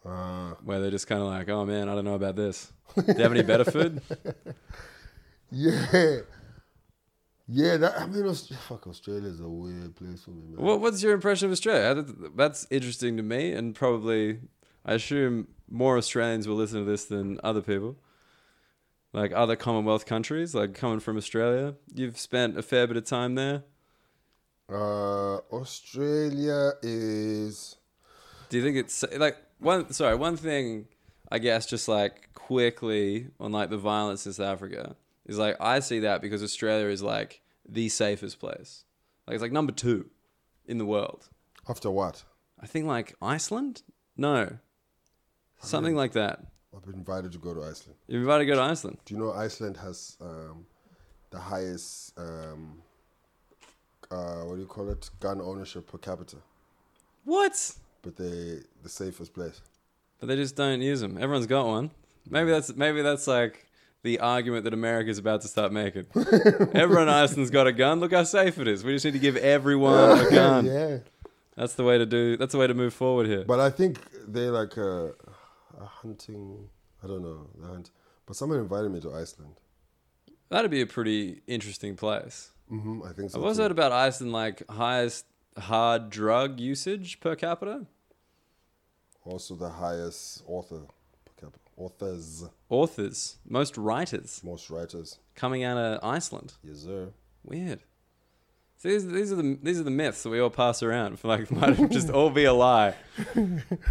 B: Uh,
A: where they're just kind of like, "Oh man, I don't know about this. Do you have any better food?"
B: yeah. Yeah, that, I mean, Aust- fuck, Australia is a weird place for me, man.
A: What, what's your impression of Australia? How did- That's interesting to me, and probably I assume more Australians will listen to this than other people. Like other Commonwealth countries, like coming from Australia, you've spent a fair bit of time there.
B: Uh, Australia is.
A: Do you think it's like one? Sorry, one thing I guess just like quickly on like the violence in South Africa is like I see that because Australia is like the safest place. Like it's like number two in the world.
B: After what?
A: I think like Iceland? No. Something like that.
B: I've been invited to go to Iceland.
A: You're about to go to Iceland.
B: Do you know Iceland has um, the highest, um, uh, what do you call it, gun ownership per capita,
A: What?
B: but they the safest place.
A: But they just don't use them. Everyone's got one. Maybe that's maybe that's like the argument that America's about to start making. Everyone in Iceland's got a gun. Look how safe it is. We just need to give everyone a
B: [laughs]
A: gun.
B: yeah,
A: That's the way to do. That's the way to move forward here.
B: but I think they like uh, a hunting. I don't know the hunt, but someone invited me to Iceland.
A: That'd be a pretty interesting place.
B: hmm I think so.
A: I've also
B: too.
A: heard about Iceland like highest hard drug usage per capita.
B: Also the highest author per capita, authors,
A: Authors, most writers
B: most writers.
A: coming out of Iceland.
B: Yes, sir.
A: Weird. So these, these are the these are the myths that we all pass around [laughs] for like might just all be a
B: [laughs]
A: lie.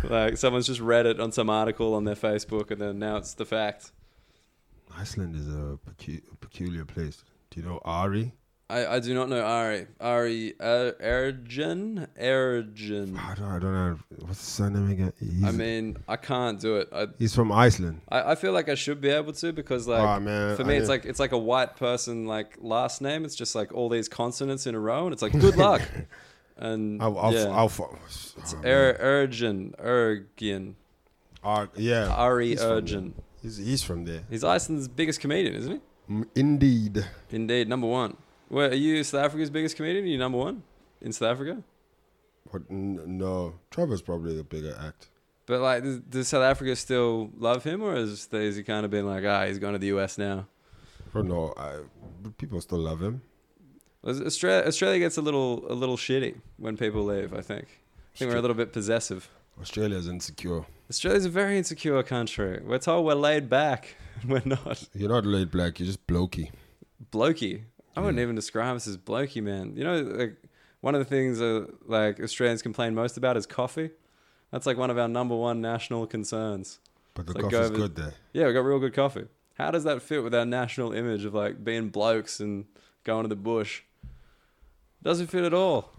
A: like someone's just read it on some article on their Facebook and then now it's the fact.
B: Iceland is a pecu- peculiar place. Do you know Ari?
A: I, I do not know Ari Ari uh, Ergen Ergen.
B: I don't, I don't know. What's his surname again? He's,
A: I mean I can't do it. I,
B: he's from Iceland.
A: I I feel like I should be able to because like
B: Aw, man,
A: for me
B: I-
A: it's like it's like a white person like last name. It's just like all these consonants in a row and it's
B: [laughs]
A: like good luck. and
B: I'll, I'll,
A: yeah.
B: I'll, fo-
A: it's
B: oh, man.
A: er, Ergen Ergen.
B: Ar- yeah.
A: Ari
B: He's from
A: Ergen.
B: there. He's, he's from there.
A: He's Iceland's biggest comedian, isn't he?
B: Mm, Indeed.
A: Indeed, number one. Where are you South Africa's biggest comedian? Are you number one in South Africa?
B: But n- no, Trevor's probably the bigger act.
A: But like, does, does South Africa still love him, or is, is he kind of been like, ah, he's going to the US now?
B: I don't know. I, but people still love him.
A: Australia, Australia gets a little a little shitty when people leave. I think. I think we're a little bit possessive.
B: Australia's insecure.
A: Australia's a very insecure country. We're told we're laid back, [laughs] and we're not.
B: You're not laid black. You're just blokey.
A: blokey. I wouldn't even describe us as blokey, man. You know, like one of the things uh, like Australians complain most about is coffee. That's like one of our number one national concerns.
B: But the
A: It's like
B: coffee's
A: over-
B: good there.
A: Yeah, we got real good coffee. How does that fit with our national image of like being blokes and going to the bush? Doesn't fit at all.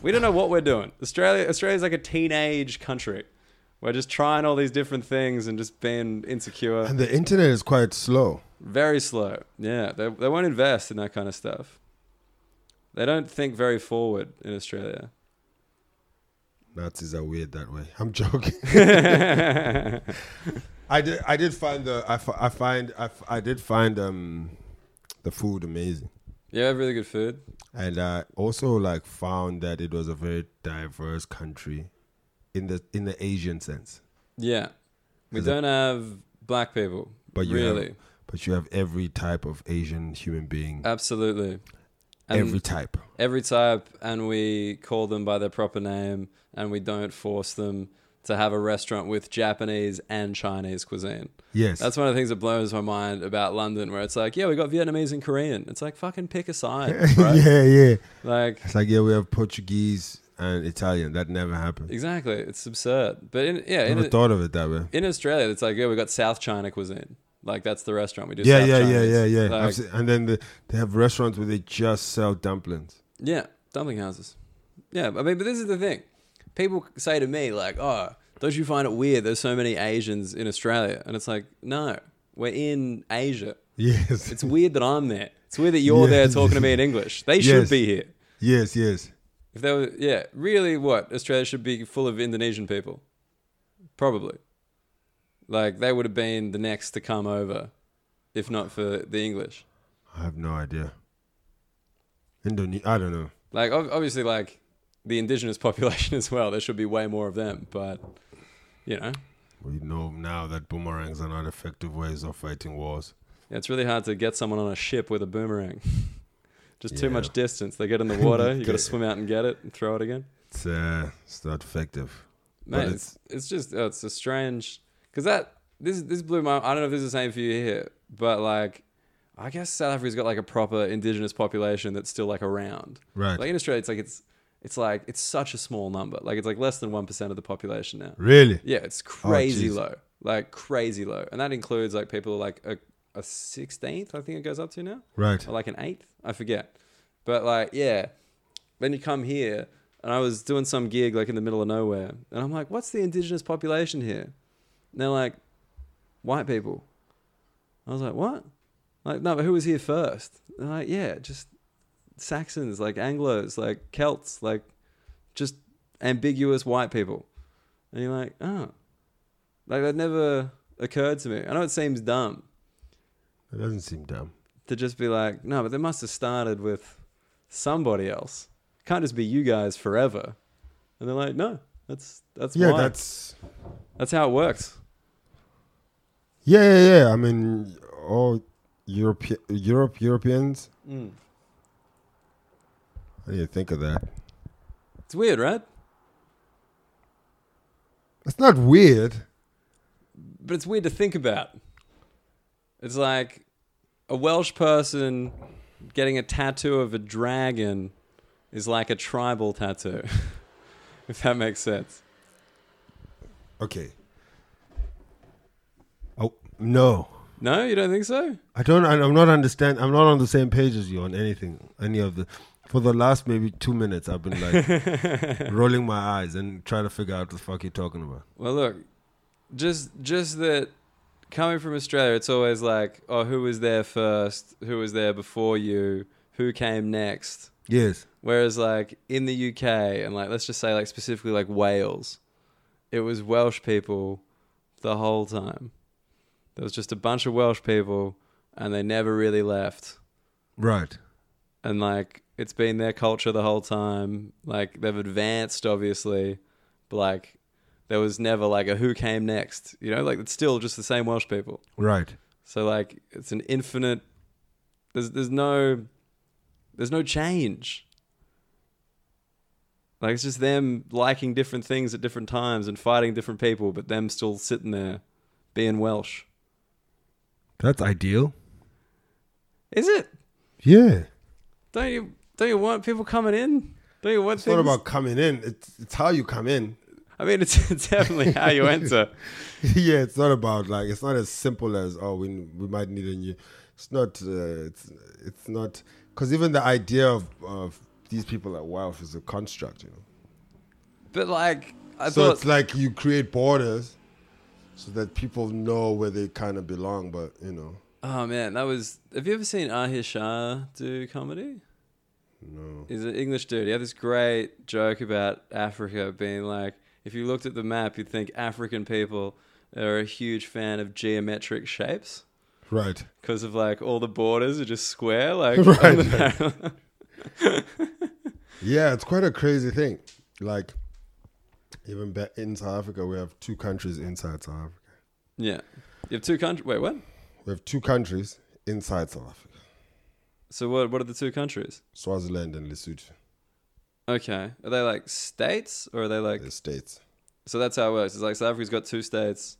A: We don't know what we're doing. Australia Australia's like a teenage country. We're just trying all these different things and just being insecure.
B: And the internet is quite slow.
A: Very slow. Yeah, they, they won't invest in that kind of stuff. They don't think very forward in Australia. [laughs]
B: Nazis are weird that way. I'm joking. [laughs] I did. I did find the. I, fi- I find. I, f- I did find um, the food amazing,
A: Yeah, really good food.
B: and I also like found that it was a very diverse country, in the in the Asian sense.
A: Yeah. We
B: Is it-
A: don't have black people.
B: But you have-
A: really.
B: But you have every type of Asian human being.
A: Absolutely. And
B: every
A: every
B: type.
A: type and we call them by their proper name and we don't force them to have a restaurant with Japanese and Chinese cuisine.
B: Yes.
A: That's one of the things that blows my mind about London where it's like, yeah, we got Vietnamese and Korean. It's like fucking pick a
B: [laughs]
A: side. bro.
B: [laughs] yeah, yeah.
A: Like
B: It's like yeah, we have Portuguese and Italian. That never happened.
A: Exactly, it's absurd. But in yeah,
B: Never
A: in,
B: thought of it that way.
A: in Australia, it's like yeah, we got South China cuisine. Like that's the restaurant we do.
B: Yeah,
A: South
B: yeah, yeah,
A: Chinese.
B: yeah, yeah,
A: Like,
B: I've se- and then the, they have restaurants where they just sell dumplings. [laughs]
A: yeah, dumpling houses. Yeah, I mean, but this is the thing. People say to me like, "Oh, don't you find it weird? There's so many Asians in Australia," and it's like, no, we're in Asia.
B: Yes.
A: It's weird that I'm there. It's weird that
B: [laughs]
A: you're there
B: Yes.
A: talking to me in English. They should
B: Yes.
A: be here.
B: yes, yes.
A: If they were, yeah, really, what Australia should be full of Indonesian people, probably. Like they would have been the next to come over, if not for the English.
B: I have no idea. Indonesia, I don't know.
A: Like ob- obviously, like the indigenous [laughs] population as well. There should be way more of them, but you know,
B: We know now that boomerangs are not effective ways of fighting wars.
A: yeah, it's really hard to get someone on a ship with a boomerang. [laughs] Just too
B: Yeah.
A: much distance. They get in the water. You got
B: Get-
A: to swim out and get it and throw it again.
B: It's, uh, it's not effective. But
A: Mate,
B: it's-
A: it's, it's just oh, it's a strange because that this this blew my. I don't know if this is the same for you here, but like I guess South Africa's got like a proper indigenous population that's still like around.
B: Right.
A: Like in Australia, it's like it's it's like it's such a small number. Like it's like less than one percent of the population now.
B: really? Oh,
A: Yeah, it's crazy
B: jeez.
A: low, like crazy low, and that includes like people like a a sixteenth. I think it goes up to now
B: Right.
A: or like an eighth. I forget. But like, yeah. Then you come here, and I was doing some gig like in the middle of nowhere, and I'm like, "What's the indigenous population here?" And they're like, "White people." I was like, "What?" Like, no, but who was here first? They're like, "Yeah, just Saxons, like Anglo's, like Celts, like just ambiguous white people." And you're like, "Oh, like that never occurred to me." I know it seems dumb,
B: It doesn't seem dumb.
A: to just be like, no, but they must have started with somebody else. Can't just be you guys forever. And they're like, no, that's that's
B: Yeah,
A: why.
B: that's.
A: that's how it works.
B: Yeah, yeah, yeah. I mean, all Europe, Europe, Europeans. How do you think of that?
A: It's weird, right?
B: It's not weird.
A: But it's weird to think about. It's like a Welsh person getting a tattoo of a dragon is like a tribal tattoo, [laughs] if that makes sense.
B: Okay. Oh no,
A: No, you don't think so?
B: I don't. I- I'm not understand. I'm not on the same page as you on anything. Any of the. For the last maybe two minutes, I've been like rolling my eyes and trying to figure out what the fuck you're talking about.
A: Well, look, just just that coming from Australia, it's always like, oh, who was there first? Who was there before you? Who came next?
B: Yes.
A: Whereas like in the UK and like let's just say like specifically like Wales, it was Welsh people the whole time. There was just a bunch of Welsh people, and they never really left
B: Right.
A: and like it's been their culture the whole time. Like they've advanced, obviously, but like there was never like a who came next. You know, like it's still just the same Welsh people.
B: Right.
A: So like it's an infinite. There's there's no there's no change. Like it's just them liking different things at different times and fighting different people, but them still sitting there being Welsh.
B: That's ideal.
A: Is it?
B: Yeah.
A: Don't you don't you want people coming in? Don't you want
B: It's not
A: things?
B: about coming in. It's it's how you come in. [laughs]
A: I mean, it's, [laughs] it's definitely how you enter.
B: yeah, it's not about like it's not as simple as oh we we might need a new. It's not. Uh, it's it's not because even the idea of of these people at WAF is a construct, you know.
A: But like, I
B: so
A: thought
B: it's like you create borders so that people know where they kind of belong, but you know,
A: Oh man, that was. Have you ever seen Ahir Shah do comedy?
B: no.
A: He's an English dude. He had this great joke about Africa being like, if you looked at the map, you'd think African people are a huge fan of geometric shapes
B: Right.
A: because of like all the borders are just square. Like, on
B: [laughs] Right,
A: the
B: right.
A: map.
B: Yeah, it's quite a crazy thing. Like even back in South Africa, we have two countries inside South Africa.
A: [laughs] yeah. You have two countries. Wait, what?
B: We have two countries inside South Africa:
A: So what? What are the two countries?
B: Swaziland and Lesotho,
A: Okay, are they like states or are they like?
B: the states.
A: So that's how it works. It's like South Africa's got two states,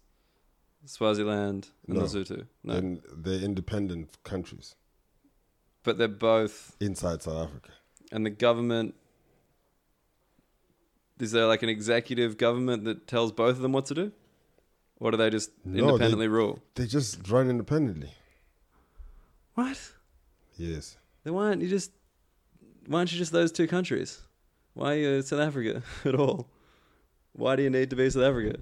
A: Swaziland and
B: No.
A: Lesotho. No,
B: and they're independent countries
A: but they're both
B: inside South Africa.
A: and the government is there like an executive government that tells both of them what to do or do they just
B: No, they-
A: independently rule
B: They just run independently.
A: what
B: Yes,
A: then why aren't you just why aren't you just those two countries why are you south africa [laughs] at all why do you need to be south africa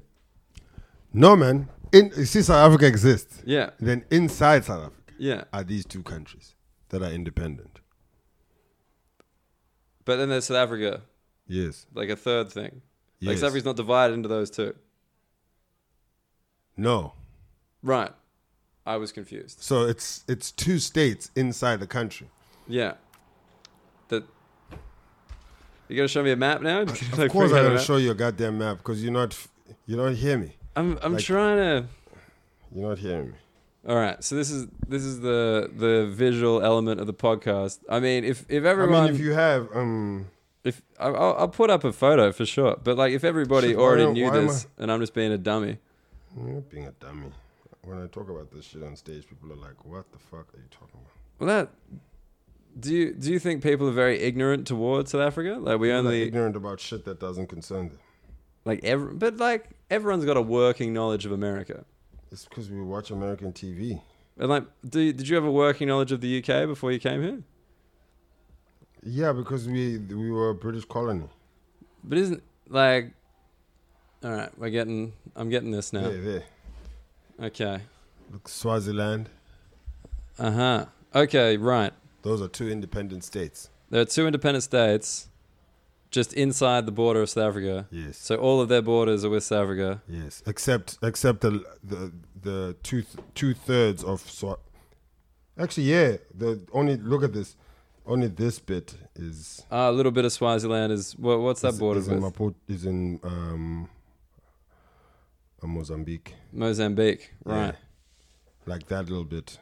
B: no man. In you see, South Africa exists.
A: yeah
B: Then inside South Africa
A: yeah
B: are these two countries that are independent.
A: but then there's south africa
B: Yes,
A: like a third thing like
B: Yes.
A: south africa's not divided into those two
B: No.
A: Right. I was confused.
B: So it's it's two states inside the country.
A: Yeah. That. You gonna show me a map now? [laughs]
B: Of course, I gotta show you a goddamn map because you're not you don't hear me.
A: I'm I'm
B: like-
A: trying to.
B: You're not hearing me.
A: All right, so this is this is the the visual element of the podcast. I mean, if if everyone,
B: I mean, if you have um,
A: if I- I'll, I'll put up a photo for sure. But like, if everybody
B: Shit, why
A: already
B: am-
A: knew
B: why am
A: this, and I'm just being a dummy.
B: you're not being a dummy. When I talk about this shit on stage, people are like, "What the fuck are you talking about?"
A: Well, that do you do you think people are very ignorant towards South Africa? Like we
B: People are
A: only
B: ignorant about shit that doesn't concern them.
A: like every, but like everyone's got a working knowledge of America.
B: It's because we watch American TV.
A: And like, do, did you have a working knowledge of the UK before you came here?
B: Yeah, because we we were a British colony.
A: But isn't like, all right, we're getting I'm getting this now.
B: There, there.
A: Okay.
B: Look, Swaziland.
A: Uh huh. Okay. Right.
B: Those are two independent states.
A: There are two independent states just inside the border of South Africa.
B: Yes.
A: So all of their borders are with South Africa.
B: yes. Except except the the the two two thirds of Swat. Actually, yeah. The only look at this. Only this bit is
A: Ah, a little bit of Swaziland is what, what's that
B: is-
A: border
B: is
A: with?
B: in Maputo, is in um, uh, Mozambique.
A: Mozambique. Right.
B: Like that little bit.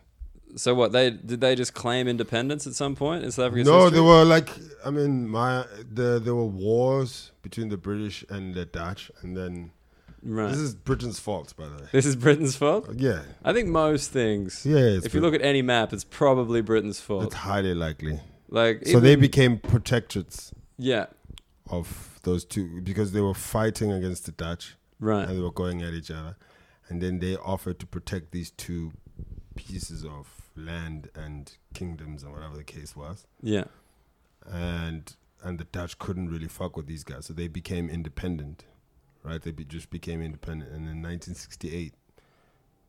A: So what they did they just claim independence at some point in South Africa's
B: no,
A: history?
B: there were like I mean, my the there were wars between the British and the Dutch, and then
A: right.
B: this is Britain's fault, by the way.
A: This is Britain's fault.
B: Yeah,
A: I think most things.
B: yeah. It's
A: if you look at any map, it's probably Britain's fault.
B: it's highly likely.
A: like
B: so they
A: even-
B: became protectorates
A: yeah
B: of those two because they were fighting against the Dutch
A: right
B: and they were going at each other, and then they offered to protect these two pieces of land and kingdoms and whatever the case was.
A: yeah [laughs]
B: and and the Dutch couldn't really fuck with these guys, so they became independent, right? They be, just became independent, and in 1968,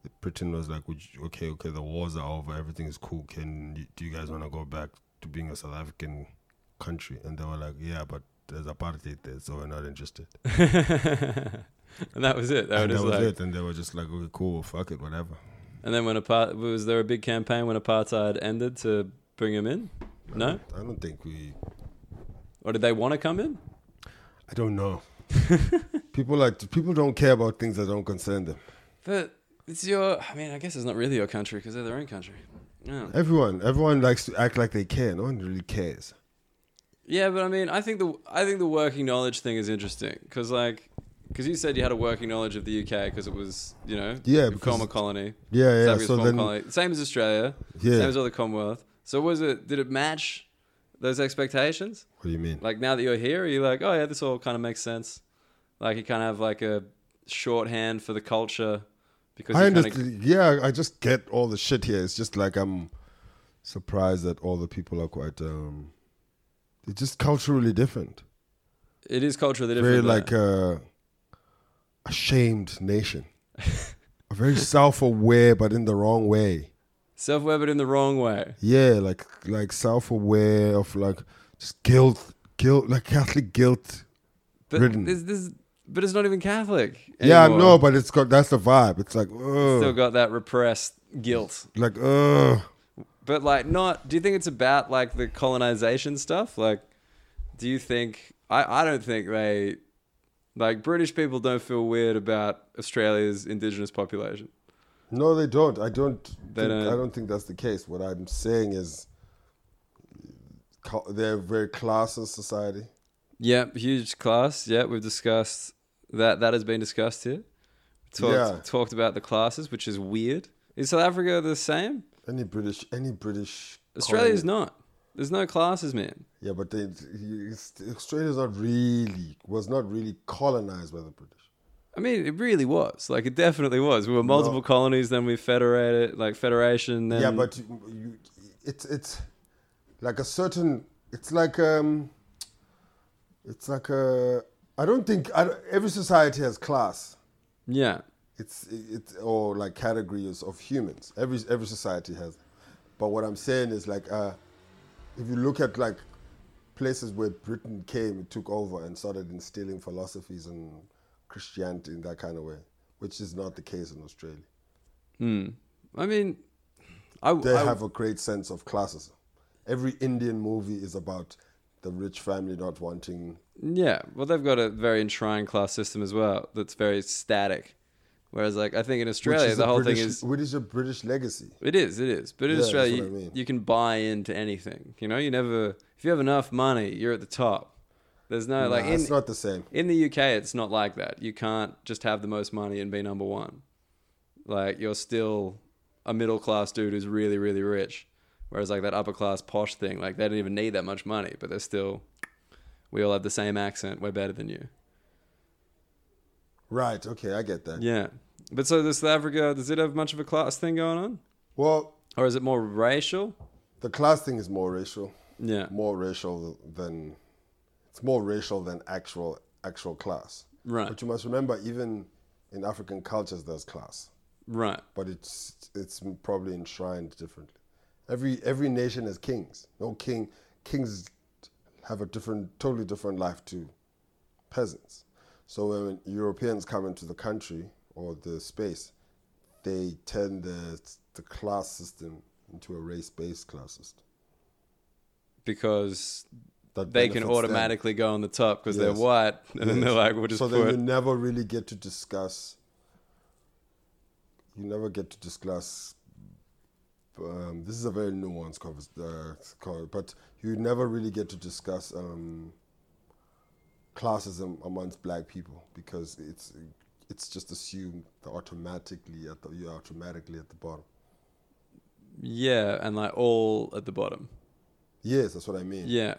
B: the Britain was like, Would you, "Okay, okay, the wars are over, everything is cool. Can you, do you guys want to go back to being a South African country?" And they were like, "Yeah, but there's apartheid there, so we're not interested."
A: and that was it. That
B: and
A: was,
B: that was
A: like,
B: it. And they were just like, "Okay, cool, fuck it, whatever."
A: And then when apart was there a big campaign when apartheid ended to bring him in? No,
B: I don't think we.
A: or did they want to come in?
B: I
A: [laughs]
B: don't know. people like people don't care about things that don't concern them.
A: But it's your. I mean, I guess it's not really your country because they're their own country. Yeah.
B: Everyone, everyone likes to act like they care. No one really cares.
A: yeah, but I mean, I think the I think the working knowledge thing is interesting because like because you said you had a working knowledge of the UK because it was you know
B: Yeah,
A: a
B: because-
A: former colony.
B: Yeah, yeah.
A: South Africa's
B: so
A: former
B: then,
A: colony. same as Australia,
B: Yeah.
A: same as all the Commonwealth. So was it? Did it match those expectations?
B: what do you mean?
A: Like now that you're here, are you like, oh yeah, this all kind of makes sense? Like you kind of have like a shorthand for the culture because
B: I
A: you kind
B: understand.
A: of,
B: yeah, I just get all the shit here. It's just like I'm surprised that all the people are quite. um They're just culturally different.
A: it is culturally
B: Very
A: different. there.
B: like uh, a ashamed
A: [laughs]
B: nation. a very self-aware, but in the wrong way.
A: self-aware but in the wrong way.
B: Yeah, like like self-aware of like just guilt, guilt, like Catholic guilt.
A: But
B: Written.
A: this, this, but it's not even Catholic.
B: Yeah,
A: anymore.
B: no, but it's got that's the vibe. It's like, ugh.
A: still got that repressed guilt.
B: like uh
A: But like, not. Do you think it's about like the colonization stuff? Like, do you think? I I don't think they. Like British people don't feel weird about Australia's indigenous population.
B: no they don't i don't
A: They
B: think,
A: don't-
B: i don't think that's the case what i'm saying is cul- they're a very classless society
A: Yep, huge class. Yeah, we've discussed that. That has been discussed here. Talked,
B: Yeah.
A: talked about the classes, which is weird. Is South Africa the same?
B: any british any british
A: Australia's
B: colony-
A: not. There's no classes, man.
B: yeah but they you- it's- australia's not really was not really colonized by the british
A: I mean, it really was. Like, it definitely was. We were multiple colonies, then we federated, like federation. Then
B: yeah but you, you it's it's like a certain it's like um it's like a i don't think I, don't- every society has class
A: yeah,
B: it's it's or like categories of humans. Every every society has, but what I'm saying is like uh, if you look at like places where Britain came, and took over and started instilling philosophies and Christianity in that kind of way. which is not the case in Australia.
A: I mean, I,
B: They
A: I-
B: have a great sense of classism. Every Indian movie is about the rich family not wanting.
A: yeah. Well, they've got a very enshrined class system as well. That's very static. Whereas, like, I think in
B: which
A: Australia,
B: is
A: the
B: a
A: whole
B: British,
A: thing is
B: Which is a British legacy.
A: It is, it is. But in
B: Yeah, that's
A: Australia, you,
B: what I mean.
A: you can buy into anything. You know, you never. If you have enough money, you're at the top. There's no like
B: Nah,
A: in
B: it's not the same.
A: in the UK, it's not like that. You can't just have the most money and be number one. Like you're still a middle class dude who's really really rich. Whereas like that upper class posh thing, like they don't even need that much money, but they're still. We all have the same accent. We're better than you.
B: Right. Okay, I get that.
A: Yeah. But so does South Africa? Does it have much of a class thing going on,
B: Well,
A: or is it more racial?
B: the class thing is more racial.
A: Yeah.
B: More racial than it's more racial than actual actual class.
A: Right.
B: But you must remember, even in African cultures, there's class,
A: Right.
B: but it's it's probably enshrined differently. Every every nation has kings. No king kings have a different, totally different life to peasants. So when Europeans come into the country or the space, they turn the the class system into a race-based class system.
A: because
B: That
A: they can
B: benefits them.
A: automatically go on the top because
B: Yes.
A: they're white, and then
B: Yes.
A: they're like, "We'll just
B: so then
A: put."
B: you never really get to discuss. You never get to discuss. Um, this is a very nuanced convers- uh, call- but you never really get to discuss um, classism amongst black people because it's it's just assumed that automatically at the, you're automatically at the bottom.
A: yeah, and like all at the bottom.
B: Yes, that's what I mean.
A: Yeah,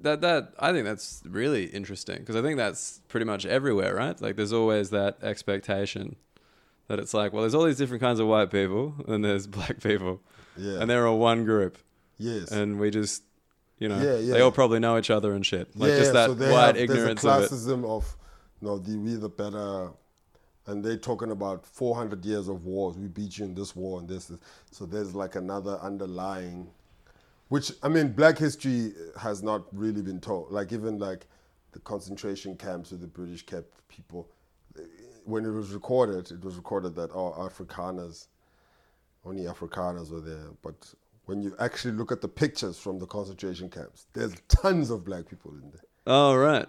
A: that that I think that's really interesting because I think that's pretty much everywhere, right? Like, there's always that expectation that it's like, well, there's all these different kinds of white people, and there's [laughs] black people,
B: Yeah.
A: and they're all one group,
B: yes.
A: and we just, you know,
B: Yeah,
A: they
B: yeah.
A: all probably know each other and shit. Like just that
B: they
A: white
B: have-
A: ignorance of
B: there's
A: it.
B: a classism of, no, the we the better, and they're talking about 400 years of wars. We beat you in this war and this. this. So there's like another underlying, which I mean, Black history has not really been taught. Like even like the concentration camps where the British kept people. When it was recorded, it was recorded that oh, Afrikaners only Afrikaners were there. But when you actually look at the pictures from the concentration camps, there's tons of black people in there.
A: Oh right.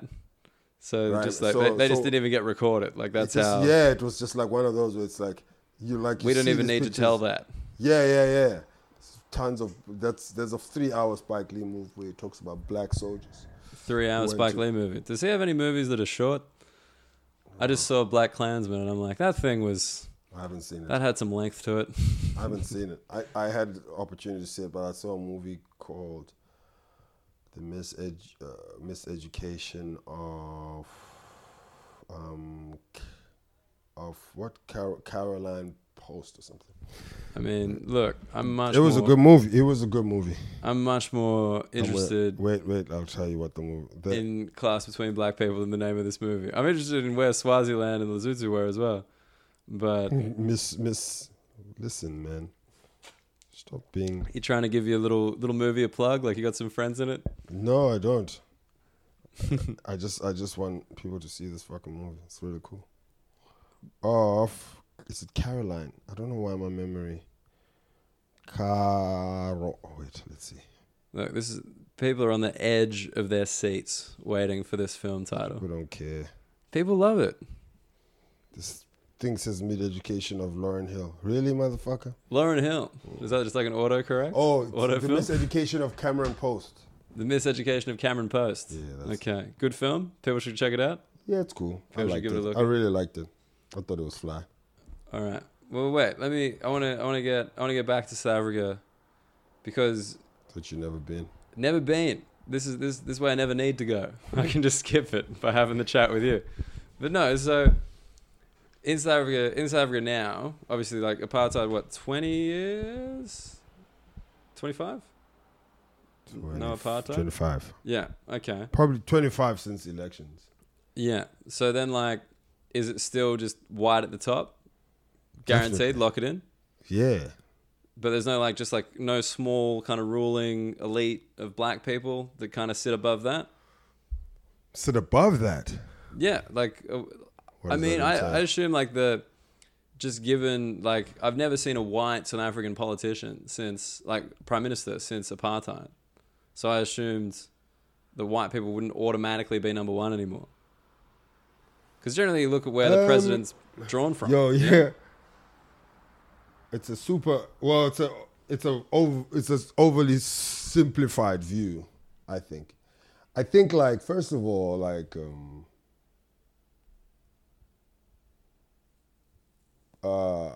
A: So
B: Right,
A: just like
B: so-
A: they, they just
B: so-
A: didn't even get recorded. Like that's
B: It's just-
A: how
B: yeah, it was just like one of those where it's like you like you
A: we don't
B: see
A: even
B: these
A: need to
B: pictures.
A: tell that.
B: Yeah, yeah, yeah. Tons of that's there's a three hour Spike Lee movie where he talks about black soldiers.
A: Three hour
B: Went
A: Spike
B: to-
A: Lee movie. Does he have any movies that are short? I just saw Black Klansman and I'm like, that thing was
B: I haven't seen it.
A: that had some length to it.
B: I haven't seen it. I, I had the opportunity to see it, but I saw a movie called The Misedu- uh, Miseducation of um K- of what Car- Caroline Post or something.
A: I mean, look, I'm much
B: It was
A: more,
B: a good movie. It was a good movie.
A: I'm much more
B: And wait-
A: interested
B: Wait, wait, I'll tell you what the movie. The,
A: in class between black people than the name of this movie. I'm interested in where Swaziland and Lesotho were as well. But
B: miss Miss, listen, man, stop being.
A: you trying to give you a little little movie a plug, like you got some friends in it?
B: No,
A: [laughs]
B: I don't. I, I just I just want people to see this fucking movie. It's really cool. Of is it Caroline? I don't know why my memory. Caro. Oh, wait, let's see.
A: Look, this is people are on the edge of their seats waiting for this film title.
B: We don't care.
A: People love it.
B: This thing says mid education of Lauren Hill. Really, motherfucker?
A: Lauren Hill. Is that just like an autocorrect?
B: Oh, it's
A: What a
B: the
A: film.
B: miseducation of Cameron Post.
A: The Miseducation of Cameron Post.
B: Yeah, that's-
A: okay. Good film. People should check it out.
B: Yeah, it's cool. I
A: People should
B: liked
A: give it a
B: it.
A: look.
B: I really liked it. I thought it was fly.
A: All right. Well, wait. Let me. I want to. I want to get. I want to get back to South Africa, because
B: That you never been.
A: never been. This is this this way. I never need to go. [laughs] I can just skip it by having the chat with you. But no. So in South Africa, in South Africa now, obviously, like apartheid. What twenty years? Twenty five. No apartheid?
B: Twenty-five.
A: Yeah. Okay.
B: Probably twenty-five since elections.
A: Yeah. So then, like, is it still just white at the top? Guaranteed,
B: Definitely.
A: lock it in.
B: Yeah.
A: But there's no like, just like no small kind of ruling elite of black people that kind of sit above that.
B: Sit above that.
A: Yeah, like uh,
B: What
A: I
B: does
A: mean,
B: that
A: I,
B: entail?
A: I assume like the just given like I've never seen a white South African politician since like prime minister since apartheid. So I assumed the white people wouldn't automatically be number one anymore. Because generally, you look at where the
B: Um,
A: president's drawn from.
B: Yo, yeah. It's a super. Well, it's a it's a over, it's an overly simplified view. I think. I think like first of all, like um, uh,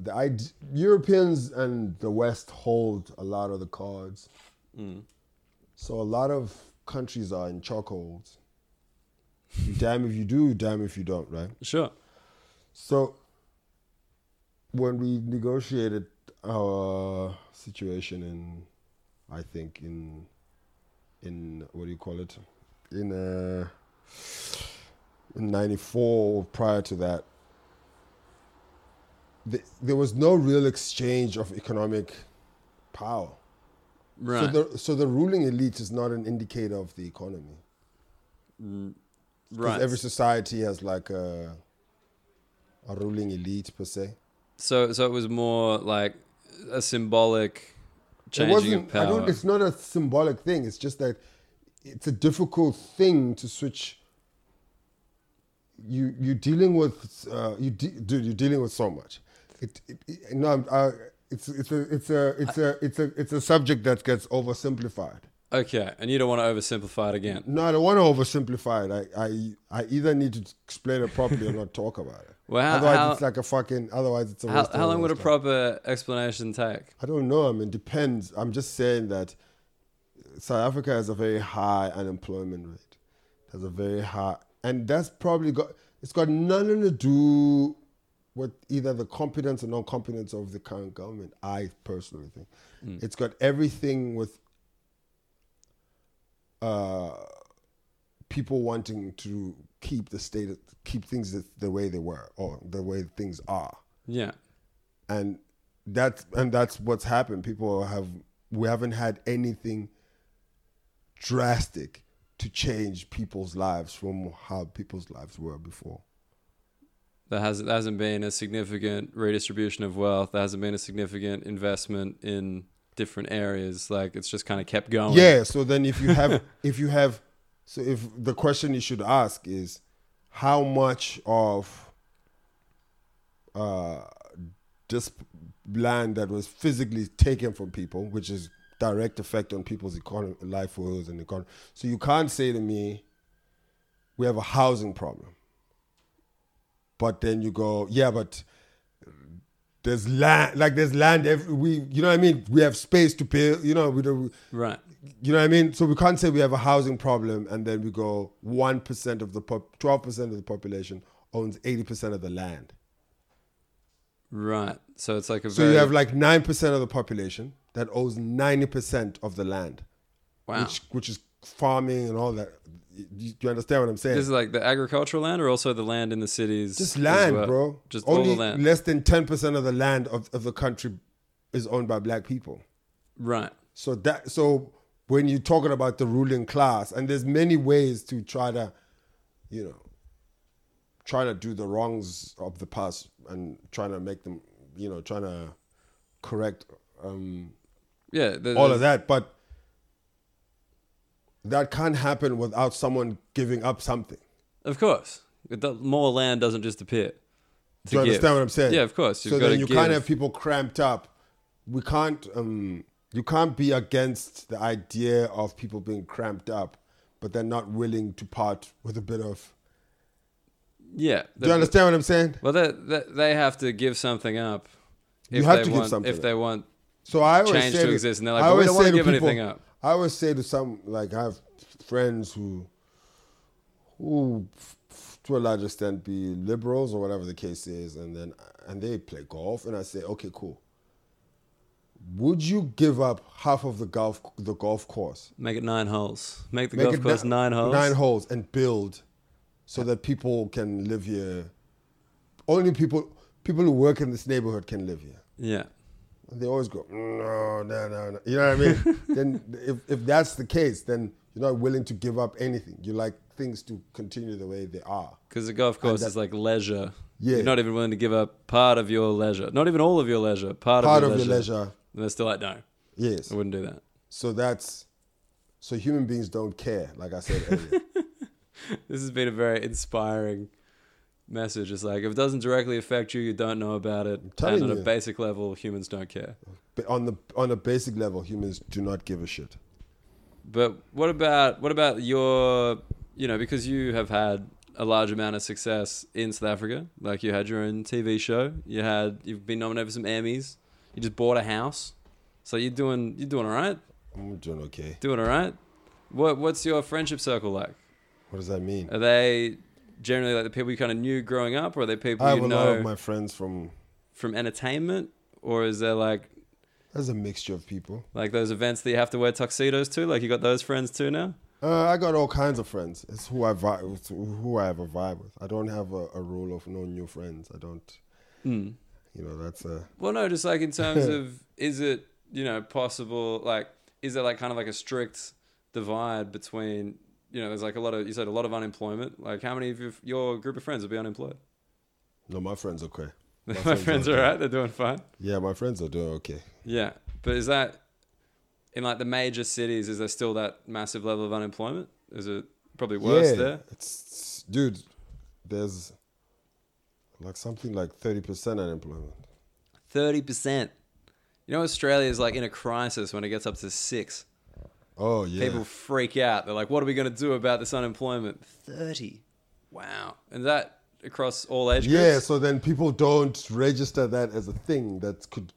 B: the id- Europeans and the West hold a lot of the cards. So a lot of countries are in chokeholds. You damn if you do, damn if you don't, right?
A: Sure.
B: So when we negotiated our situation in, I think in, in what do you call it, in uh, in '94 prior to that, the, there was no real exchange of economic power.
A: Right.
B: So the so the ruling elite is not an indicator of the economy. Because
A: right.
B: every society has like a a ruling elite per se.
A: so, so it was more like a symbolic
B: It
A: changing of
B: wasn't- I
A: power.
B: don't, it's not a symbolic thing. It's just that it's a difficult thing to switch. You you're dealing with uh, you de- dude. You're dealing with so much. It, it, it- no, I'm, I, it's it's a it's a it's a it's a it's a subject that gets oversimplified.
A: okay, and you don't want to oversimplify it again.
B: No, I don't want to oversimplify it. I I, I either need to explain it properly or not talk about it.
A: Well, how-
B: otherwise
A: how-
B: it's like a fucking. Otherwise it's a
A: How,
B: waste of
A: how long would a
B: everyone's time.
A: proper explanation take?
B: I don't know. I mean, depends. I'm just saying that South Africa has a very high unemployment rate. Has a very high, and that's probably got. It's got nothing to do with either the competence or non-competence of the current government. I personally think it's got everything with uh, people wanting to keep the state, keep things the, the way they were or the way things are
A: Yeah.
B: and that's and that's what's happened people have we haven't had anything drastic to change people's lives from how people's lives were before
A: There hasn't there hasn't been a significant redistribution of wealth. There hasn't been a significant investment in different areas. Like it's just kind of kept going.
B: yeah so then if you have if you have so if the question you should ask is how much of uh this land that was physically taken from people which is direct effect on people's economy livelihoods and economy so you can't say to me we have a housing problem but then you go yeah but there's land like there's land every, we you know what i mean we have space to build you know we don't
A: Right.
B: you know what I mean? So we can't say we have a housing problem and then we go 1% of the pop, 12% of the population owns 80% of the land.
A: Right. So it's like a
B: So
A: very
B: you have like 9% of the population that owns 90% of the land,
A: wow.
B: which which is farming and all that. You, you- you understand what I'm saying?
A: this is like the agricultural land, or also the land in the cities.
B: Just
A: as
B: land,
A: well?
B: bro.
A: Just
B: Only
A: all the land.
B: less than 10% of the land of, of the country is owned by black people.
A: right.
B: So that so when you're talking about the ruling class, and there's many ways to try to, you know, try to do the wrongs of the past and trying to make them, you know, trying to correct um,
A: Yeah. the-
B: all of that, but that can't happen without someone giving up something.
A: Of course. It do- More land doesn't just appear.
B: Do you
A: give.
B: understand what I'm saying?
A: Yeah, of course. You've
B: so
A: gotta
B: then you
A: give.
B: can't have people cramped up. We can't. Um, you can't be against the idea of people being cramped up, but they're not willing to part with a bit of.
A: Yeah.
B: Do you understand what I'm saying?
A: Well, they, they, they have to give something up.
B: You
A: if
B: have
A: they
B: to give
A: want,
B: something
A: If they want,
B: So I always
A: change
B: say
A: to exist, and they're like,
B: I
A: "Well, we
B: always
A: don't wanna
B: say
A: give anything up."
B: I always say to some like I have friends who, who f- f- to a large extent be liberals or whatever the case is, and then and they play golf, and I say, okay, cool. Would you give up half of the golf the golf course?
A: make it nine holes. Make the
B: Make
A: golf
B: it
A: course
B: ni-
A: nine holes.
B: Nine holes and build so that people can live here. Only people people who work in this neighborhood can live here.
A: Yeah.
B: And they always go, no, no, no, no. You know what I mean? then if, if that's the case, then you're not willing to give up anything. You like things to continue the way they are.
A: Because the golf course
B: that-
A: is like leisure
B: Yeah.
A: You're not even willing to give up part of your leisure, not even all of your leisure, part,
B: part
A: of, your, leisure.
B: leisure.
A: And they're still like, no,
B: Yes.
A: I wouldn't do that.
B: So that's so human beings don't care, like I said
A: [laughs]
B: earlier.
A: This has been a very inspiring message. It's like if it doesn't directly affect you, you don't know about it.
B: telling
A: And on a
B: you.
A: basic level, humans don't care.
B: but on the on a basic level, humans do not give a shit.
A: But what about what about your you know because you have had a large amount of success in South Africa. Like you had your own TV show. You had you've been nominated for some Emmys. You just bought a house. So you're doing you're doing all right.
B: I'm doing okay.
A: Doing all right. What what's your friendship circle like?
B: What does that mean?
A: Are they generally like the people you kind of knew growing up, or are they people
B: I have
A: you
B: a
A: know
B: lot of my friends from.
A: from entertainment, or is there like
B: There's a mixture of people.
A: like those events that you have to wear tuxedos to? Like you got those friends too now.
B: Uh, I got all kinds of friends. It's who I vibe, it's who I have a vibe with. I don't have a, a rule of no new friends. I don't.
A: Mm.
B: You know, that's uh, a.
A: Well, no, just like in terms of is it you know possible like is there like kind of like a strict divide between you know there's like a lot of you said a lot of unemployment like how many of your, your group of friends will be unemployed?
B: No, my friends are okay.
A: [laughs] My,
B: friends
A: friends
B: are
A: are all right, they're doing fine.
B: Yeah, my friends are doing okay.
A: Yeah, but is that in like the major cities? Is there still that massive level of unemployment? Is it probably worse
B: yeah,
A: there?
B: It's, dude, there's like something like 30% unemployment.
A: Thirty percent. You know, Australia is like in a crisis when it gets up to six.
B: Oh, yeah.
A: People freak out. They're like, "What are we going to do about this unemployment?" Thirty. Wow. And that across all age groups.
B: yeah, so then people don't register that as a thing that could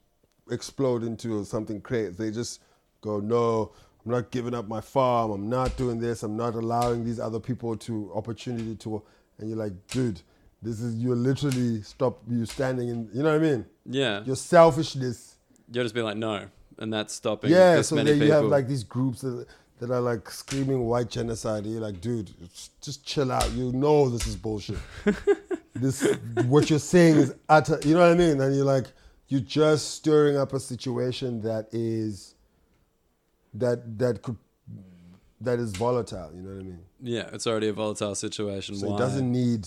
B: explode into something crazy. They just go, no, I'm not giving up my farm. I'm not doing this. I'm not allowing these other people to opportunity to. And you're like, dude, this is, you're literally stop you standing in, you know what I mean?
A: Yeah.
B: Your selfishness
A: You're just being like, "No," and that's stopping.
B: Yeah,
A: this
B: so
A: many
B: there
A: people.
B: you have like these groups that, that are like screaming white genocide. You're like, dude, it's- just chill out. You know this is
A: [laughs]
B: bullshit. this what you're saying is utter. You know what I mean? And you're like, you're just stirring up a situation that is that that could that is volatile. You know what I mean?
A: yeah, it's already a volatile situation.
B: So
A: Why?
B: it doesn't need.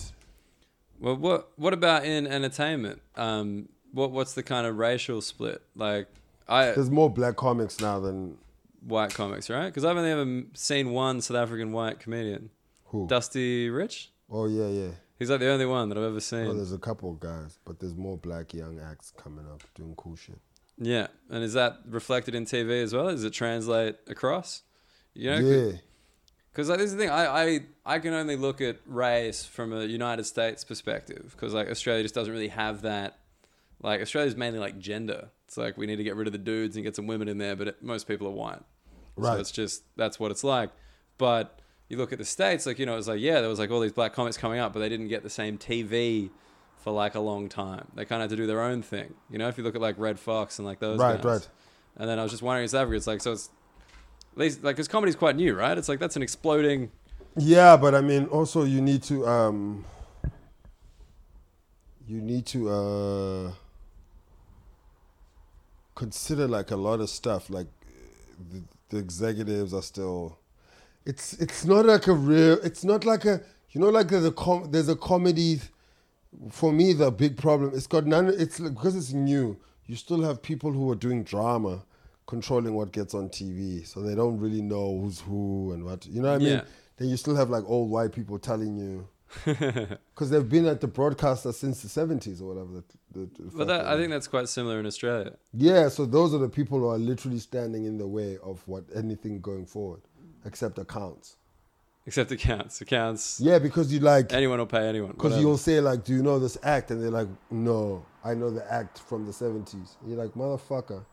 A: Well, what what about in entertainment? Um, what what's the kind of racial split? Like, I
B: There's more black comics now than
A: white comics, right? Because I've only ever m- seen one South African white comedian,
B: who?
A: Dusty Rich.
B: Oh yeah, yeah.
A: He's like the only one that I've ever
B: Oh,
A: seen.
B: there's a couple of guys, but there's more black young acts coming up doing cool shit.
A: yeah, and is that reflected in TV as well? Does it translate across? You know,
B: yeah.
A: Because like, this is the thing, I, I, I can only look at race from a United States perspective because like Australia just doesn't really have that. Like Australia's mainly like gender. It's like we need to get rid of the dudes and get some women in there, but it, most people are white.
B: Right.
A: So it's just that's what it's like. But you look at the states, like you know, it's like yeah, there was like all these black comics coming up, but they didn't get the same TV for like a long time. They kind of had to do their own thing. You know, if you look at like Red Fox and like those
B: Right,
A: guys.
B: right.
A: And then I was just wondering, in South Africa, it's like so it's at least like because comedy's quite new, right? It's like that's an exploding [laughs]
B: Yeah, but I mean, also you need to um, you need to uh, consider like a lot of stuff. Like the, the executives are still, it's it's not like a real. It's not like a you know like there's a com- there's a comedy. For me, the big problem it's got none. It's like, because it's new. You still have people who are doing drama, controlling what gets on TV, so they don't really know who's who and what. You know what I mean?
A: Yeah.
B: Then you still have like old white people telling you. Because they've been at the broadcaster since the 70s or whatever. The, the, the
A: But
B: fact
A: that, I
B: is.
A: think that's quite similar in Australia. [laughs]
B: Yeah, so those are the people who are literally standing in the way of what anything going forward, except accounts.
A: Except accounts. Accounts.
B: Yeah, because you like,
A: Anyone will pay anyone.
B: because
A: whatever.
B: you'll say like, "Do you know this act?" And they're like, "No, I know the act from the '70s." And you're like, "Motherfucker."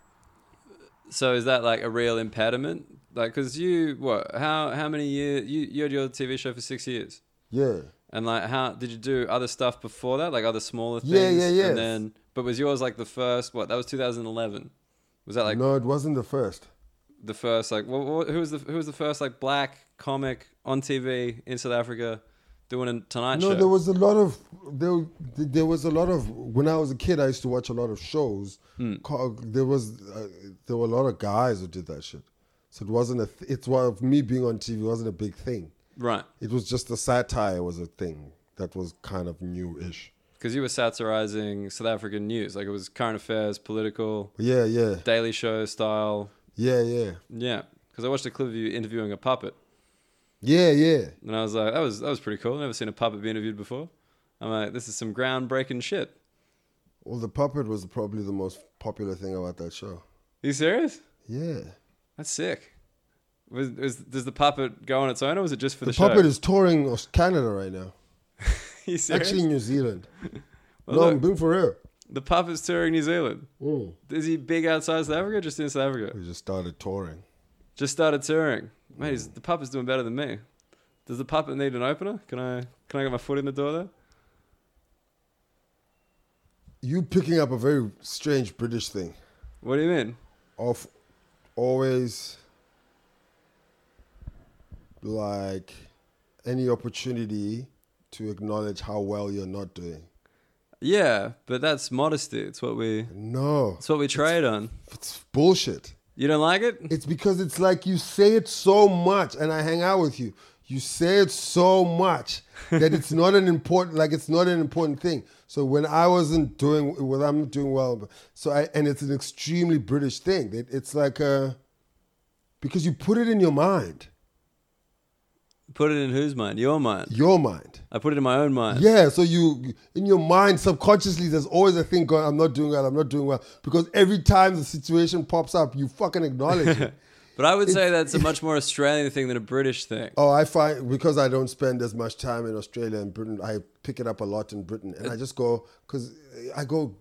A: So is that like a real impediment? Like, cause you what? How how many years you you had your TV show for six years?
B: Yeah,
A: And like, how did you do other stuff before that? Like other smaller things.
B: Yeah, yeah, yes.
A: And then, but was yours like the first? What that was 2011. Was that like
B: no, it wasn't the first.
A: the first? Like, wha wha- who was the who was the first like black comic on TV in South Africa doing a Tonight
B: No,
A: Show?
B: there was a lot of there. There was a lot of when I was a kid. I used to watch a lot of shows.
A: Hmm.
B: Co- There was uh, there were a lot of guys who did that shit. So it wasn't a. Th- it's why me being on TV wasn't a big thing.
A: right.
B: It was just the satire was a thing that was kind of new-ish.
A: because you were satirizing South African news, like it was current affairs, political,
B: Yeah, yeah,
A: Daily Show style.
B: yeah, yeah,
A: Yeah, because I watched a clip of you interviewing a puppet,
B: yeah, yeah.
A: and I was like, that was that was pretty cool. I've never seen a puppet be interviewed before. I'm like, this is some groundbreaking shit.
B: Well, the puppet was probably the most popular thing about that show.
A: Are you serious?
B: Yeah,
A: That's sick. Was, was, does the puppet go on its own, or was it just for the,
B: the
A: show?
B: puppet is touring Aus- Canada right now.
A: [laughs] Are you serious?
B: Actually, New Zealand.
A: Well,
B: no,
A: look,
B: I'm being for real.
A: the puppet's touring New Zealand.
B: Mm.
A: Is he big outside South Africa, or just in South Africa?
B: We just started touring.
A: Just started touring. Mate, he's, the puppet's doing better than me. Does the puppet need an opener? Can I can I get my foot in the door there?
B: You picking up a very strange British thing
A: What do you mean?
B: of always like any opportunity to acknowledge how well you're not doing.
A: Yeah, but that's modesty. It's what we
B: No,
A: it's what we trade on.
B: it's bullshit.
A: You don't like it?
B: It's because it's like you say it so much, and I hang out with you. You say it so much that it's not an important, like it's not an important thing. So when I wasn't doing, well, I'm not doing well. So I, and it's an extremely British thing. It, it's like a, because you put it in your mind,
A: Put it in whose mind? Your mind.
B: your mind.
A: I put it in my own mind.
B: Yeah, so you in your mind subconsciously there's always a thing going, I'm not doing well, I'm not doing well. Because every time the situation pops up, you fucking acknowledge it.
A: But I would say that's a much more Australian thing than a British thing.
B: Oh, I find because I don't spend as much time in Australia and Britain, I pick it up a lot in Britain, and I just go because I go